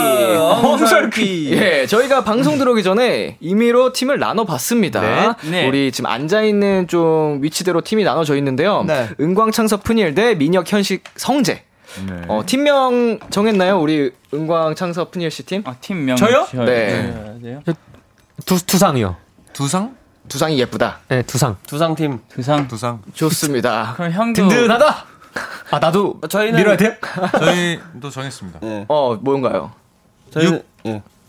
C: 엉설 퀴즈.
B: 예, 저희가 방송 들어오기 전에 임의로 팀을 나눠봤습니다.
L: 네. 네.
B: 우리 지금 앉아 있는 좀 위치대로 팀이 나눠져 있는데요. 은광 창섭 푸니엘 대 민혁 현식 성재.
M: 네.
E: 네.
B: 어, 팀명 정했나요? 우리 은광 창섭 푸니엘 씨 어, 팀?
H: 아, 팀명
B: 음, 저요?
H: 지어야
B: 네.
H: 돼요?
I: 두, 두상이요.
B: 두상? 두상이 예쁘다.
I: 네, 두상.
E: 두상팀.
H: 두상.
G: 두상.
B: 좋습니다.
H: 그럼 형도
I: 든든하다. 아, 나도
E: 저희는
I: 밀어야 돼요?
G: 저희도 정했습니다.
B: 어, 뭔가요? 예.
E: 저희는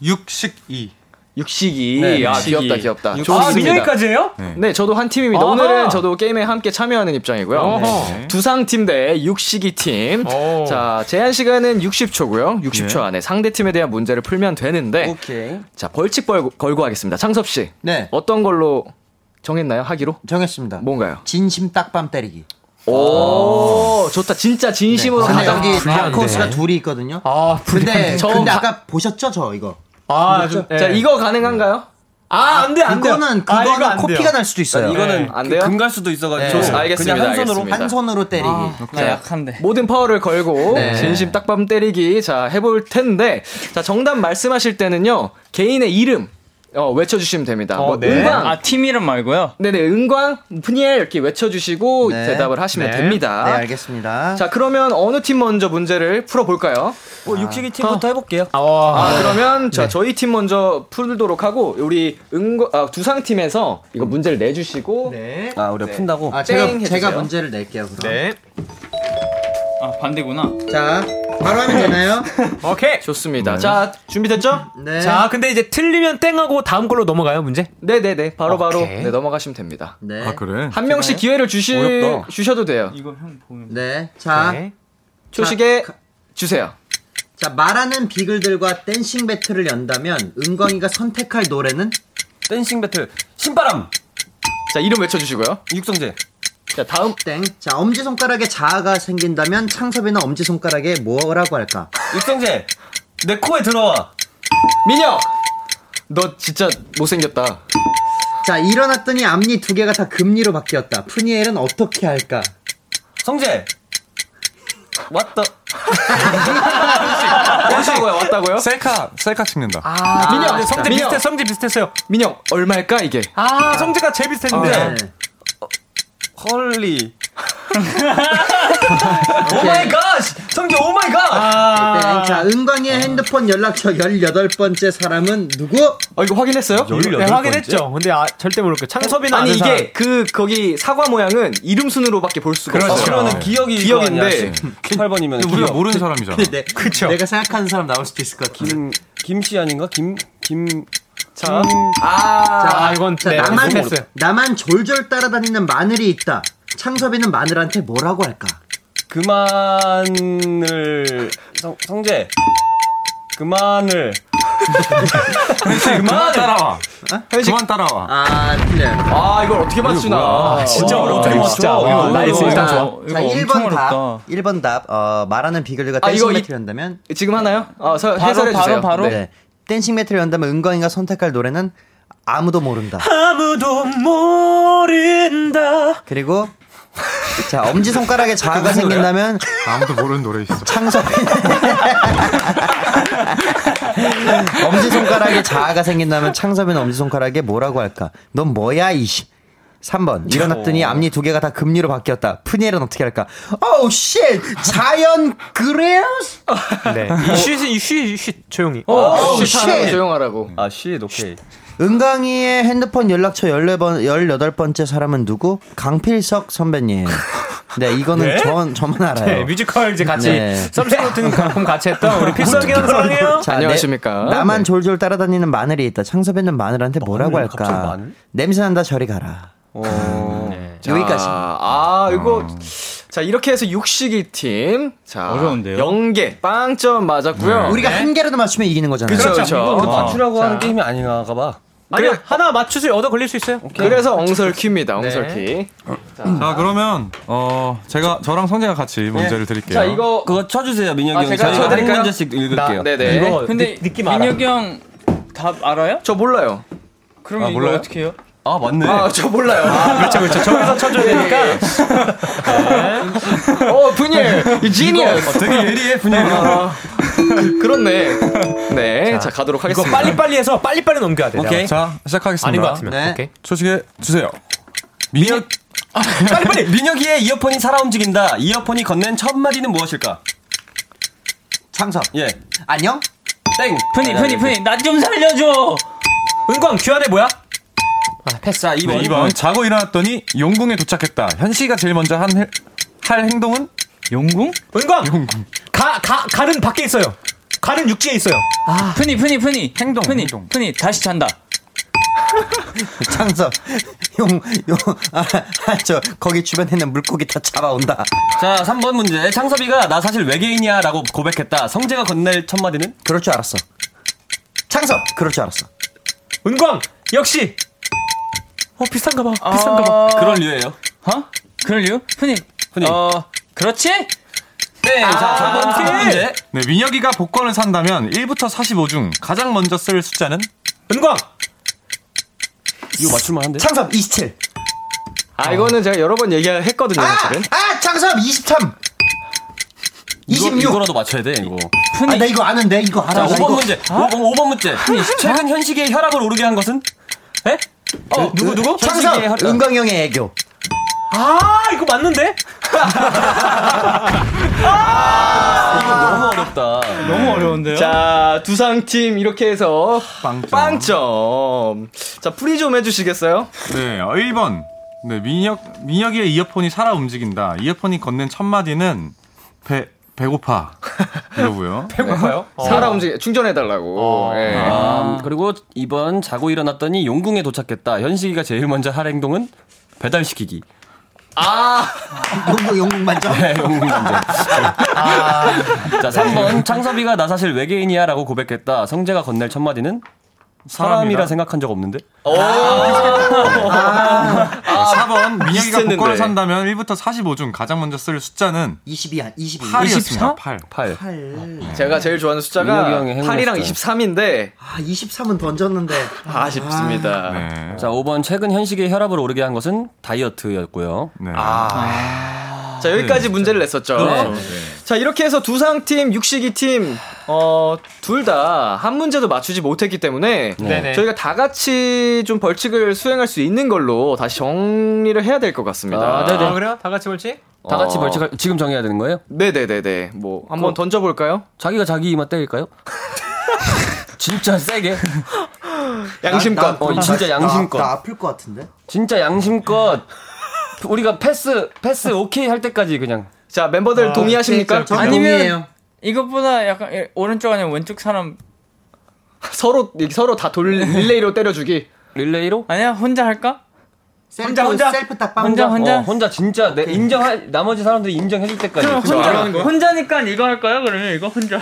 G: 육식이.
B: 육식이.
G: 네,
B: 아,
G: 육식이.
B: 귀엽다, 귀엽다.
G: 육식이.
B: 좋습니다.
G: 아, 민혁이까지예요?
B: 네. 네, 저도 한 팀입니다.
G: 아하.
B: 오늘은 저도 게임에 함께 참여하는 입장이고요. 네.
G: 어허. 네. 어.
B: 두상 팀 대 육식이 팀. 자, 제한 시간은 60초고요. 60초
G: 네.
B: 안에 상대 팀에 대한 문제를 풀면 되는데.
E: 오케이.
B: 자, 벌칙 벌, 걸고 하겠습니다. 창섭 씨. 네. 어떤 걸로 정했나요? 하기로?
F: 정했습니다.
B: 뭔가요?
F: 진심 딱밤 때리기. 네.
B: 오, 좋다. 진짜 진심으로
F: 근데
B: 가장
F: 아, 여기
B: 불리한데.
F: 다크호스가 둘이 있거든요.
I: 아,
F: 근데
B: 저
F: 근데
B: 가-
F: 아까 보셨죠 저 이거?
I: 아,
F: 보셨죠?
B: 자, 이거 가능한가요? 아, 안 돼, 안 돼요.
F: 그거는
B: 아, 이거
F: 그거는
B: 안 돼요.
F: 코피가 날 수도 있어요.
E: 이거는
B: 안
E: 그
B: 돼요?
E: 금갈 수도 있어가지고
B: 네. 알겠습니다,
E: 그냥 한 손으로 아, 그렇죠.
B: 알겠습니다.
F: 한 손으로 때리기.
H: 아,
B: 자, 모든 파워를 걸고
F: 네.
B: 진심 딱밤 때리기 자 해볼 텐데 자 정답 말씀하실 때는요 개인의 이름 어, 외쳐주시면 됩니다. 뭐 은광,
H: 아, 팀 이름 말고요.
B: 네네 은광, 푸니엘 이렇게 외쳐주시고
F: 네.
B: 대답을 하시면
F: 네.
B: 됩니다.
F: 네, 알겠습니다.
B: 자 그러면 어느 팀 먼저 문제를 풀어볼까요?
E: 뭐
I: 아.
E: 육식이
I: 어.
E: 팀부터 해볼게요.
B: 아,
I: 네.
B: 그러면 자 저희 팀 먼저 풀도록 하고 우리 은광 아, 두상 팀에서 이거 문제를 내주시고
E: 아 우리가 푼다고.
F: 아, 제가
B: 땡
F: 제가
B: 해주세요. 네.
F: 문제를 낼게요. 그럼.
H: 아, 반대구나.
F: 자, 바로 하면 되나요?
I: 오케이.
B: 좋습니다.
H: 네.
B: 자 준비됐죠?
F: 네.
I: 자, 근데 이제 틀리면 땡하고 다음 걸로 넘어가요, 문제?
B: 네네네 바로 바로
I: 오케이.
B: 네, 넘어가시면 됩니다.
F: 네.
G: 아 그래?
B: 한 명씩 기회를 주시
G: 어렵다.
B: 주셔도 돼요.
F: 네. 자.
I: 네.
B: 초식에 주세요.
F: 자, 말하는 비글들과 댄싱 배틀을 연다면 은광이가 선택할 노래는
E: 댄싱 배틀 신바람
B: 자 이름 외쳐주시고요.
E: 육성재
F: 자, 다음. 땡. 자, 엄지손가락에 자아가 생긴다면 창섭이는 엄지손가락에 뭐라고 할까?
I: 네.
E: 육성재, 내 코에 들어와.
L: 민혁! 너 진짜 못생겼다.
F: 자, 일어났더니 앞니 두 개가 다 금니로 바뀌었다. 푸니엘은 어떻게 할까?
E: 성재! 왔다.
I: 아, 네.
L: 왔다고요, 왔다고요?
G: 셀카, 셀카 찍는다.
L: 아, 민혁!
I: 성재
L: 민혁.
I: 비슷해, 성재 비슷했어요.
L: 민혁, 얼마일까, 이게?
I: 아, 성재가 제일 비슷했는데.
E: 네.
B: 네.
E: 헐리. 오 마이 갓! 성재 오 마이 갓!
L: 아.
F: 네, 자,
L: 어.
F: 은광이의 핸드폰 연락처 18번째 사람은 누구?
L: 어, 이거 확인했어요?
I: 네, 확인했죠. 근데 아, 절대 모를게요. 창섭이는
L: 아니
I: 아는 사람.
L: 이게 그 거기 사과 모양은 이름 순으로밖에 볼 수가
E: 그렇죠.
L: 없어.
F: 네.
E: 그러면은 기억이
L: 기억인데
E: 18번이면
G: 우리가 모르는 사람이잖아.
F: 네, 그쵸. 내가 생각하는 사람 나올 수도 있을 것 같아.
E: 김 김씨 아닌가? 김 김.
I: 자.
F: 자,
I: 아, 이건
F: 자,
I: 네,
F: 나만,
I: 못했어요.
F: 나만 졸졸 따라다니는 마늘이 있다. 창섭이는 마늘한테 뭐라고 할까?
E: 그만을 성, 성재 그만을 그만 따라와
G: 그만 따라와.
F: 아, 틀려요.
L: 아 이걸 어떻게 맞추나?
G: 아,
L: 아,
F: 아,
I: 진짜 어렵다, 이거 진짜.
L: 와,
I: 나
L: 아, 이거
I: 일단
L: 어렵다.
I: 좋아.
F: 자, 1번 답. 1번 답. 어, 말하는 비결과
L: 아,
F: 댄싱
L: 이거 이-
F: 배틀을 한다면
L: 지금 하나요? 아, 서,
H: 바로,
L: 해설해 주세요.
H: 바로, 바로?
L: 네.
F: 네. 댄싱 배틀을 한다면 은광이가 선택할 노래는 아무도 모른다.
D: 아무도 모른다.
F: 그리고 자, 엄지 손가락에 자아가 생긴다면
G: 아무도 모르는 노래 있어.
F: 창섭이 엄지 손가락에 자아가 생긴다면 창섭이는 엄지 손가락에 뭐라고 할까? 넌 뭐야 이씨. 3번 일어났더니 앞니 두 개가 다 금리로 바뀌었다. 푸니엘은 어떻게 할까? 오우 쉣 자연 그레우스.
I: 네.
L: 어.
I: 이쉿, 이쉿, 이쉿. 조용히.
G: 어,
F: 오우
L: 아,
F: 쉣.
L: 조용하라고.
E: 어, 아쉿 네, 오케이
F: 은강이의 핸드폰 연락처 14번 18번째 사람은 누구? 강필석 선배님. 네, 이거는 전 저만 알아요.
I: 네, 뮤지컬 이제 같이
F: 네.
I: 썸씽 같은 작품 같이 했던 우리 필석이형 사랑해요. 네.
F: 자,
L: 안녕하십니까.
F: 내- 나만 졸졸 따라다니는 마늘이 있다. 창섭이는 마늘한테 뭐라고 할까?
E: 갑자기 마늘?
F: 냄새 난다. 저리 가라. 네.
L: 네.
F: 여기까지.
L: 아, 이거 자, 이렇게 해서 육식이 팀. 자,
H: 어려운데요?
L: 영계 빵점 맞았고요.
F: 우리가
B: 네.
F: 한 개라도 맞추면 이기는 거잖아요.
L: 네.
F: 어.
L: 그렇죠.
E: 이거
L: 그렇죠.
E: 맞추라고 하는 게임이 아닌가 봐
I: 아니 하나 맞추세요. 얻어 걸릴 수 있어요.
L: 그래서 엉설키입니다.
E: 네.
L: 엉설키.
G: 자, 그러면 어 제가 저랑 성재가 같이 문제를 드릴게요.
L: 네. 자, 이거
E: 그거 쳐주세요 네. 민혁이
L: 아,
E: 형이
L: 제가
E: 저희가 한
L: 쳐드릴까요?
E: 문제씩 읽을게요
L: 네, 네.
I: 이거
H: 근데
I: 느, 느낌 알아.
H: 민혁이 형 답 알아요?
L: 저 몰라요.
H: 그럼 이거
G: 몰라요?
H: 어떻게 해요?
E: 아 맞네
L: 아, 저 몰라요.
I: 그렇죠,
H: 아.
I: 그렇죠. 저기서 쳐줘야 되니까.
L: 어, 분열. 아, 지니어스.
G: 되게 예리해 분위기가.
L: 그렇네. 네. 자, 가도록
I: 이거
L: 하겠습니다.
I: 빨리 빨리 해서 빨리 빨리 넘겨야 돼.
E: 오케이
G: 자, 시작하겠습니다.
I: 아닌 것 같으면.
F: 네.
I: 오케이.
G: 소식에 주세요. 민혁
E: 아, 빨리 빨리 민혁이의 이어폰이 살아 움직인다 이어폰이 건넨 첫 마디는 무엇일까
F: 창섭.
E: 예땡 네,
F: 안녕?
H: 푸니, 푸니, 푸니, 나 좀 살려줘!
I: 은광 귀환해 뭐야?
E: 패스 아 2번
G: 네, 2번 자고 일어났더니 용궁에 도착했다. 현식이가 제일 먼저 한, 해- 할 행동은
H: 용궁?
I: 은광. 가, 가, 갈은 밖에 있어요. 갈은 육지에 있어요.
H: 아. 푸니, 푸니, 푸니.
G: 행동,
H: 푸니,
G: 행동.
H: 푸니, 다시 잔다.
F: 창섭. 용, 용, 아, 아, 저, 거기 주변에 있는 물고기 다 잡아온다.
E: 자 3번 문제 창섭이가 나 사실 외계인이야 라고 고백했다 성재가 건넬 첫 마디는
F: 그럴 줄 알았어. 창섭! 그럴 줄 알았어.
I: 은광, 역시. 어, 비싼가 봐. 비싼가 봐.
E: 그럴 류예요
H: 어? 아. 그럴 이유? 푸니.
G: 네.
E: 푸니.
H: 어, 그렇지?
E: 네, 자, 저번
I: 오케이.
E: 아~ 문제.
G: 네, 민혁이가 복권을 산다면 1부터 45 중 가장 먼저 쓸 숫자는
I: 은광,
E: 이거 맞출만 한데?
F: 창섭 27.
L: 아, 이거는 제가 여러 번 얘기했거든요,
F: 아!
L: 사실은.
F: 아! 창섭 23! 26!
E: 이거, 이거라도 맞춰야 돼, 이거.
F: 아, 나 이거 아는데? 이거 알아.
E: 자,
F: 나
E: 5번
F: 이거- 어?
E: 문제. 오 5번, 문제.
L: 아,
E: 최근 현식의 혈압을 오르게 한 것은? 에? 어, 누구, 누구?
F: 창섭!
E: 현식의 혈압.
F: 은광형의 애교.
I: 아, 이거 맞는데?
E: 아, 너무 어렵다.
H: 너무 어려운데요?
L: 자, 두상팀 이렇게 해서 빵점. 자, 풀이 좀 해주시겠어요?
G: 네, 1번. 네, 민혁 민혁이의 이어폰이 살아 움직인다. 이어폰이 건넨 첫 마디는 배 배고파. 이러고요. 네.
I: 배고파요?
L: 어.
B: 어.
L: 사람 움직 충전해달라고. 예.
E: 아, 그리고 2번, 자고 일어났더니 용궁에 도착했다. 현식이가 제일 먼저 할 행동은? 배달시키기.
F: 용국, 용국 만점.
E: 네, 용궁 먼저.
B: 아.
E: 자, 3번, 창섭이가 나 사실 외계인이야 라고 고백했다. 성재가 건넬 첫마디는? 사람이라 생각한 적 없는데?
G: 아, 4번 민혁이가
E: 비슷했는데.
G: 복권을 산다면 1부터 45 중 가장 먼저 쓸 숫자는
F: 22,
E: 아,
F: 22.
G: 8이었습니다. 8.
E: 8.
B: 제가 제일 좋아하는
E: 민혁이
B: 숫자가
E: 형이 행운의
B: 8이랑
E: 숫자.
B: 23인데
F: 아, 23은 던졌는데.
B: 아쉽습니다.
E: 아, 자, 5번 최근 현식의 혈압을 오르게 한 것은 다이어트였고요.
B: 아. 자, 여기까지 문제를 냈었죠.
E: 네,
B: 네.
E: 그렇죠.
B: 자, 이렇게 해서 두상팀, 육식이팀, 어, 둘 다 한 문제도 맞추지 못했기 때문에
N: 네네.
B: 저희가 다 같이 좀 벌칙을 수행할 수 있는 걸로 다시 정리를 해야 될 것 같습니다. 어.
I: 아, 어. 그래요? 다 같이 벌칙?
E: 네, 다 같이 벌칙을 지금 정해야 되는 거예요?
B: 네네네네. 뭐, 한번 던져볼까요?
E: 자기가 자기 이마 때릴까요? 진짜 세게.
B: 양심껏.
E: 어, 진짜 양심껏.
F: 나, 나 아플 것 같은데?
E: 진짜 양심껏 우리가 패스 패스 오케이 할 때까지 그냥 아.
B: 자 멤버들 동의하십니까?
H: 아니면 이것보다 약간 이- 오른쪽 아니면 왼쪽 사람
B: 서로 서로 다 돌 릴레이로 때려주기.
E: 릴레이로?
H: 아니야 혼자 할까?
F: 셀프,
H: 혼자, 혼자? 셀프 딱 빵. 혼자, 혼자?
E: 어, 혼자 진짜 내 인정할 나머지 사람들이 인정해 줄 때까지
H: 그럼 혼자 혼자니까 이거 할까요? 그러면 이거 혼자.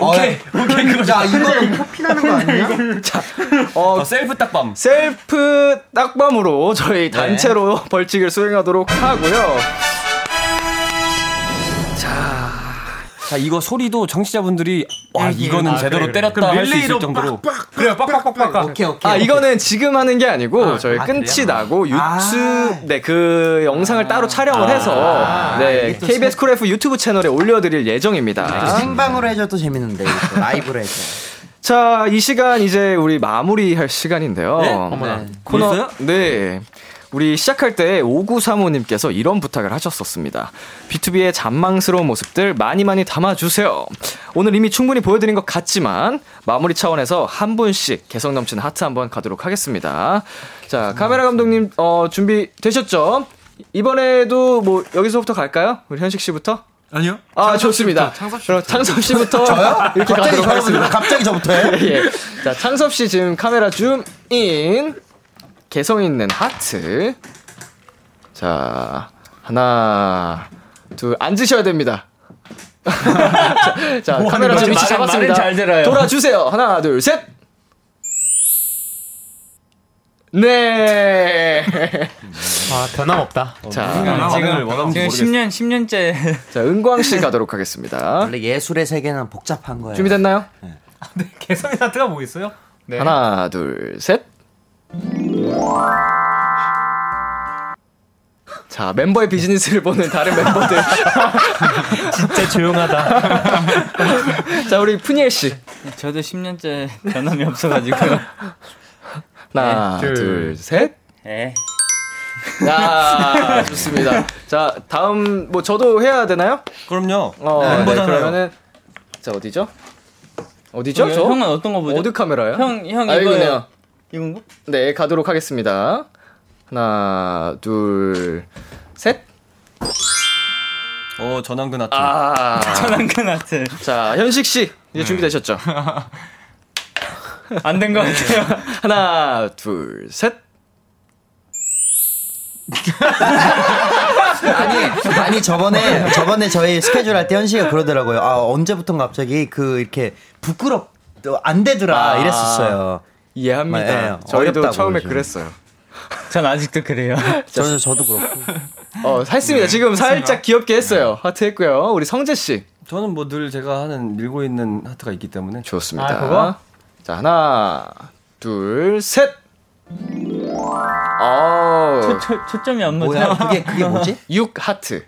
E: 오케이 오케이 그거
B: 아,
F: 야, 이거는 커피 나는 거 아니야?
B: 어,
E: 셀프 딱밤. 네.
B: 셀프 딱밤으로 저희 단체로 벌칙을 수행하도록 하고요.
E: 자 이거 소리도 청취자분들이 와 이거는
B: 아,
E: 제대로
B: 그래, 그래.
E: 때렸다
B: 그럼
E: 할 수 있을
B: 릴레이로
E: 정도로
B: 그래요, 빡빡빡빡.
F: 오케이, 오케이.
B: 아, 이거는 지금 하는 게 아니고, 저희
F: 아,
B: 끝이
F: 그래요?
B: 나고, 유튜브,
F: 아.
B: 네, 그 영상을 따로 촬영을 해서,
F: 아,
B: 네,
F: 이게 또
B: KBS 쿨 F 유튜브 채널에 올려드릴
E: 아?
B: 예정입니다.
F: 생방으로 해줘또 재밌는데, 이거 또 라이브로 해줘.
B: 자, 이 시간 이제 우리 마무리할 시간인데요.
F: 네? 어머나.
B: 코너 네. 우리 시작할 때 5935님께서 이런 부탁을 하셨었습니다. B2B의 잔망스러운 모습들 많이 많이 담아주세요. 오늘 이미 충분히 보여드린 것 같지만 마무리 차원에서 한 분씩 개성 넘치는 하트 한번 가도록 하겠습니다. 자, 카메라 감독님 어, 준비 되셨죠? 이번에도 뭐 여기서부터 갈까요? 우리 현식 씨부터?
G: 아니요.
B: 아, 좋습니다. 그럼 창섭 씨부터
F: 저요?
B: 이렇게
F: 갑자기
B: 가도록
F: 저요?
B: 하겠습니다.
F: 갑자기 저부터 해요?
B: 예, 예. 자, 창섭 씨 지금 카메라 줌인. 개성 있는 하트. 자, 하나, 둘, 앉으셔야 됩니다. 자, 자,
H: 뭐 하는
B: 카메라
H: 거지?
B: 좀 위치
H: 말은-
B: 잡았습니다.
H: 말은 잘 들어요.
B: 돌아주세요. 하나, 둘, 셋. 네.
I: 아, 변함없다.
B: 자,
H: 지금 지금 10년 10년째
B: 자, 은광 씨 가도록
E: 어?
B: 하겠습니다.
F: 원래 예술의 세계는 복잡한 거예요.
B: 준비됐나요?
I: 개성이 하트가 뭐 있어요? 네.
B: 하나, 둘, 셋. 자, 멤버의 비즈니스를 보는 다른 멤버들.
I: 진짜 조용하다.
B: 자, 우리 푸니엘 씨.
H: 저도 10년째 변함이 없어가지고요.
B: 하나,
H: 네,
B: 둘,
H: 둘,
B: 셋.
H: 에.
B: 야, 좋습니다. 자, 다음 뭐 저도 해야 되나요?
E: 그럼요.
B: 어, 네,
E: 멤버잖아요.
B: 그러면은 자, 어디죠? 어디죠?
H: 어,
B: 저?
H: 형은 어떤 거 보죠?
B: 어디 카메라요?
H: 형, 형
B: 아,
H: 이거요.
B: 이거네요.
H: 이건가?
B: 네, 가도록 하겠습니다. 하나, 둘, 셋.
E: 어 전환근 하트
B: 아.
H: 천안근 하트.
B: 자, 현식 씨.
I: 네.
B: 이제 준비되셨죠?
H: 안 된 거 같아요.
B: 하나, 둘, 셋.
F: 아니, 아니 저번에 저번에 저희 스케줄 할 때 현시가 그러더라고요. 아 언제부턴가 갑자기 그 이렇게 부끄럽
H: 아,
F: 안
E: 아.
F: 되더라 이랬었어요.
B: 이해합니다.
F: 네,
B: 저희도
F: 어렵다고
B: 처음에
F: 요즘.
B: 그랬어요.
H: 전 아직도 그래요.
F: 저는 저도 그렇고.
B: 어, 했습니다.
H: 네.
B: 지금 살짝 귀엽게 했어요. 하트 했고요. 우리 성재 씨.
E: 아. 네. 저는 뭐 늘 제가 하는 밀고 있는 하트가 있기 때문에
B: 좋습니다.
I: 아, 그거?
B: 자, 하나, 둘, 셋. 어,
H: 초, 초, 초점이 안
F: 뭐야
H: 맞아.
F: 그게 그게 뭐지?
H: 네.
B: 6 하트.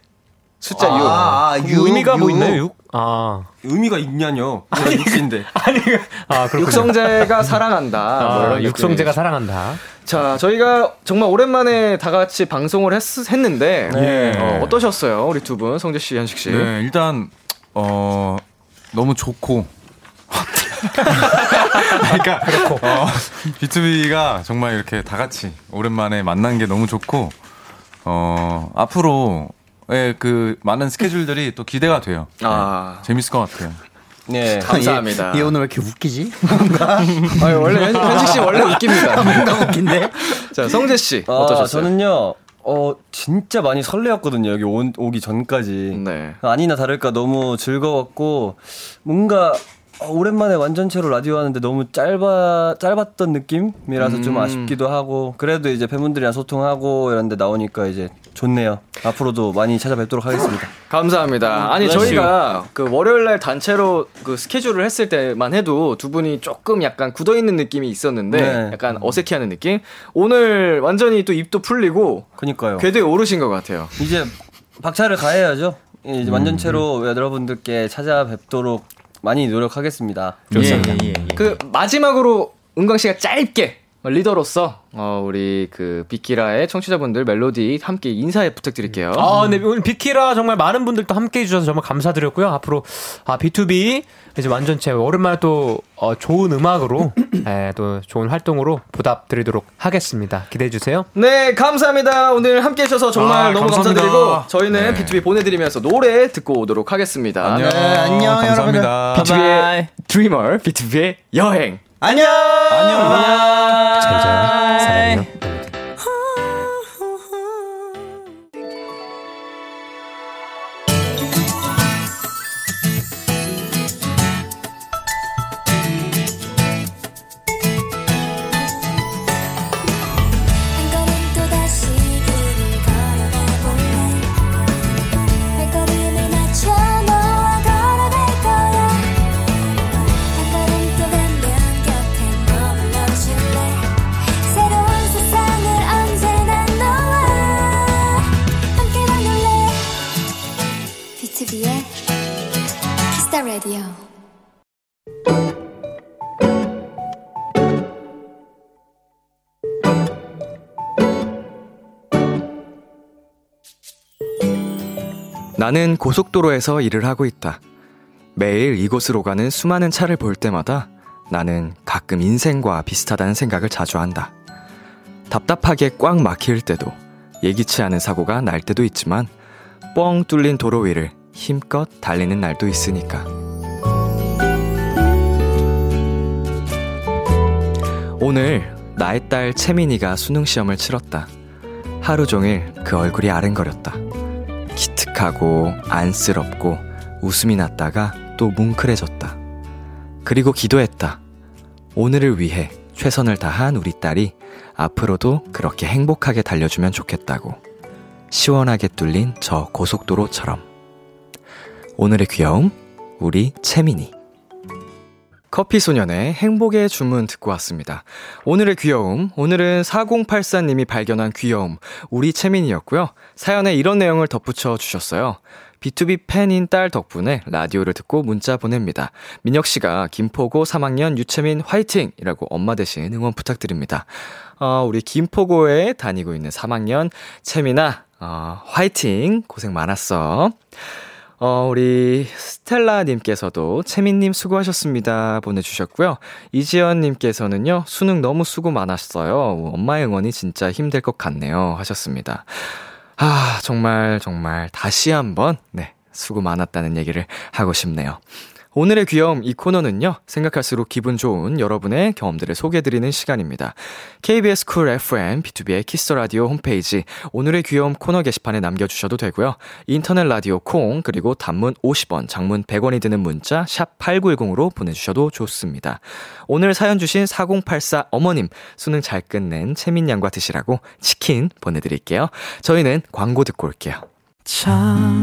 B: 숫자 육.
F: 아, 아, 유,
E: 의미가 뭐
F: 유.
E: 있나요? 육?
I: 아.
E: 의미가 있냐뇨? 육인데
B: 그,
I: 아, 그렇군요.
B: 육성재가 사랑한다. 뭐
I: 아,
B: 이런
I: 육성재가
B: 느낌.
I: 사랑한다.
B: 자, 저희가 정말 오랜만에 다 같이 방송을 했, 는데
I: 네.
G: 예.
B: 어, 떠셨어요 우리 두 분, 성재 씨, 현식 씨.
G: 네, 일단 어 너무 좋고 그러니까 어, B2B가 정말 이렇게 다 같이 오랜만에 만난 게 너무 좋고 어 앞으로의 그 많은 스케줄들이 또 기대가 돼요.
B: 아.
G: 재밌을 것 같아요.
E: 네.
B: 감사합니다.
F: 얘, 얘 오늘 왜 이렇게 웃기지?
B: 아니, 원래 현- 현식 씨 원래 웃깁니다.
F: 뭔가 웃긴데.
B: 자, 성재 씨
E: 아,
B: 어떠셨어요?
E: 저는요. 어 진짜 많이 설레었거든요. 여기 온, 오기 전까지.
B: 네.
E: 아니나 다를까 너무 즐거웠고 뭔가 어, 오랜만에 완전체로 라디오 하는데 너무 짧아 짧았던 느낌이라서 좀
L: 음.
E: 아쉽기도 하고 그래도 이제 팬분들이랑 소통하고 이런데 나오니까 이제 좋네요. 앞으로도 많이 찾아뵙도록 하겠습니다.
L: 감사합니다. 아니
E: Bless
L: 저희가 그 월요일 날 단체로 그 스케줄을 했을 때만 해도 두 분이 조금 약간 굳어 있는 느낌이 있었는데
E: 네.
L: 약간 어색해하는 느낌. 오늘 완전히 또 입도 풀리고
E: 그니까요.
L: 궤도에 오르신 것 같아요.
E: 이제 박차를 가해야죠. 예, 이제
L: 음,
E: 완전체로 여러분들께 찾아뵙도록 많이 노력하겠습니다.
L: 좋습니다. 그 마지막으로 은광 씨가 짧게 리더로서 어, 우리 그 비키라의 청취자분들 멜로디 함께 인사해 부탁드릴게요.
B: 어?
I: 아, 네. 오늘 비키라 정말 많은 분들도 함께 해주셔서 정말 감사드렸고요. 앞으로, 아, B2B 이제 완전체 오랜만에 또, 어, 좋은 음악으로, 예, 또 좋은 활동으로 보답드리도록 하겠습니다. 기대해주세요.
L: 네, 감사합니다. 오늘 함께 해주셔서 정말
I: 아,
L: 너무
I: 감사합니다.
L: 감사드리고 저희는 B2B 보내드리면서 노래 듣고 오도록 하겠습니다.
B: 안녕. 네, 안녕, 감사합니다. 여러분들.
L: B2B의 Dreamer, B2B의 여행.
F: 안녕.
L: 안녕. 잘자. 사랑해요.
M: 한 걸음 또다시 길을 걸어가볼래 발걸음을 맞춰 너와 걸어갈 거야 한 걸음 또 가면 곁에 머물러줄래 새로운 세상을 언제나 너와 함께 만들래 B2B의 키스타 라디오
B: 나는 고속도로에서 일을 하고 있다. 매일 이곳으로 가는 수많은 차를 볼 때마다 나는 가끔 인생과 비슷하다는 생각을 자주 한다. 답답하게 꽉 막힐 때도 예기치 않은 사고가 날 때도 있지만 뻥 뚫린 도로 위를 힘껏 달리는 날도 있으니까. 오늘 나의 딸 채민이가 수능 시험을 치렀다. 하루 종일 그 얼굴이 아른거렸다. 기특하고 안쓰럽고 웃음이 났다가 또 뭉클해졌다. 그리고 기도했다. 오늘을 위해 최선을 다한 우리 딸이 앞으로도 그렇게 행복하게 달려주면 좋겠다고. 시원하게 뚫린 저 고속도로처럼. 오늘의 귀여움, 우리 채민이. 커피 소년의 행복의 주문 듣고 왔습니다. 오늘의 귀여움, 오늘은 4084님이 발견한 귀여움, 우리 채민이었고요. 사연에 이런 내용을 덧붙여 주셨어요. B2B 팬인 딸 덕분에 라디오를 듣고 문자 보냅니다. 민혁 씨가 김포고 3학년 유채민 화이팅이라고 엄마 대신 응원 부탁드립니다. 어, 우리 김포고에 다니고 있는 3학년 채민아, 어, 화이팅 고생 많았어. 어, 우리 스텔라님께서도 채민님 수고하셨습니다 보내주셨고요. 이지연님께서는요, 수능 너무 수고 많았어요. 엄마의 응원이 진짜 힘들 것 같네요. 하셨습니다. 아, 정말, 정말, 다시 한 번, 네, 수고 많았다는 얘기를 하고 싶네요. 오늘의 귀여움 이 코너는요, 생각할수록 기분 좋은 여러분의 경험들을 소개해드리는 시간입니다. KBS 쿨 FM, B2B의 키스 라디오 홈페이지, 오늘의 귀여움 코너 게시판에 남겨주셔도 되고요. 인터넷 라디오 콩, 그리고 단문 50원, 장문 100원이 드는 문자, 샵8910으로 보내주셔도 좋습니다. 오늘 사연 주신 4084 어머님, 수능 잘 끝낸 채민 양과 드시라고 치킨 보내드릴게요. 저희는 광고 듣고 올게요.
C: 참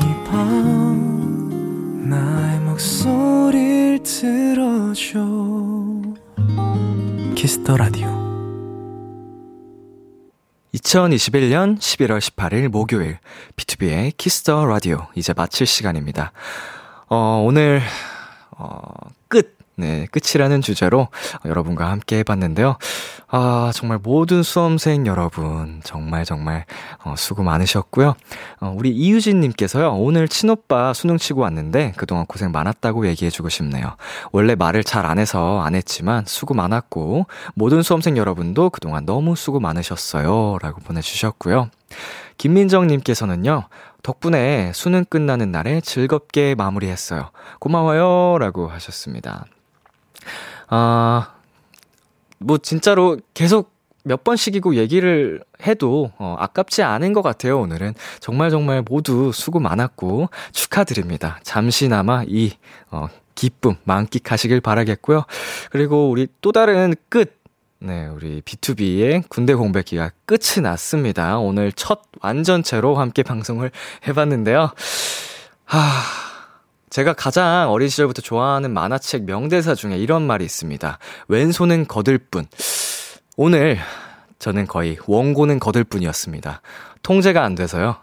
C: 이 밤 나의 목소리를 들어줘 키스터 라디오
B: 2021년 11월 18일 목요일 B2B의 키스터 라디오 이제 마칠 시간입니다. 어, 오늘 어, 끝 네, 끝이라는 주제로 여러분과 함께 해봤는데요. 아, 정말 모든 수험생 여러분, 정말 정말 어, 수고 많으셨고요. 어, 우리 이유진님께서요, 오늘 친오빠 수능 치고 왔는데 그동안 고생 많았다고 얘기해주고 싶네요. 원래 말을 잘 안 해서 안 했지만 수고 많았고, 모든 수험생 여러분도 그동안 너무 수고 많으셨어요. 라고 보내주셨고요. 김민정님께서는요, 덕분에 수능 끝나는 날에 즐겁게 마무리했어요. 고마워요. 라고 하셨습니다. 아, 뭐, 진짜로 계속 몇 번씩이고 얘기를 해도 어, 아깝지 않은 것 같아요, 오늘은. 정말 정말 모두 수고 많았고 축하드립니다. 잠시나마 이 어, 기쁨 만끽하시길 바라겠고요. 그리고 우리 또 다른 끝 네, 우리 B2B의 군대 공백기가 끝이 났습니다. 오늘 첫 완전체로 함께 방송을 해봤는데요. 하, 제가 가장 어린 시절부터 좋아하는 만화책 명대사 중에 이런 말이 있습니다. 왼손은 거들 뿐. 오늘 저는 거의 원고는 거들 뿐이었습니다. 통제가 안 돼서요.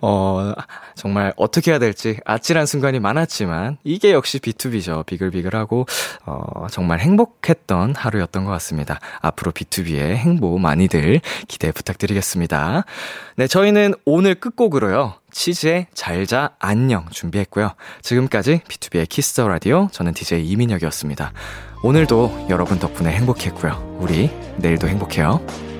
B: 어, 정말 어떻게 해야 될지 아찔한 순간이 많았지만 이게 역시 B2B죠. 비글비글하고 어, 정말 행복했던 하루였던 것 같습니다. 앞으로 B2B의 행복 많이들 기대 부탁드리겠습니다. 네, 저희는 오늘 끝곡으로요. 치즈의 잘자 안녕 준비했고요. 지금까지 B2B의 키스터 라디오 저는 DJ 이민혁이었습니다. 오늘도 여러분 덕분에 행복했고요. 우리 내일도 행복해요.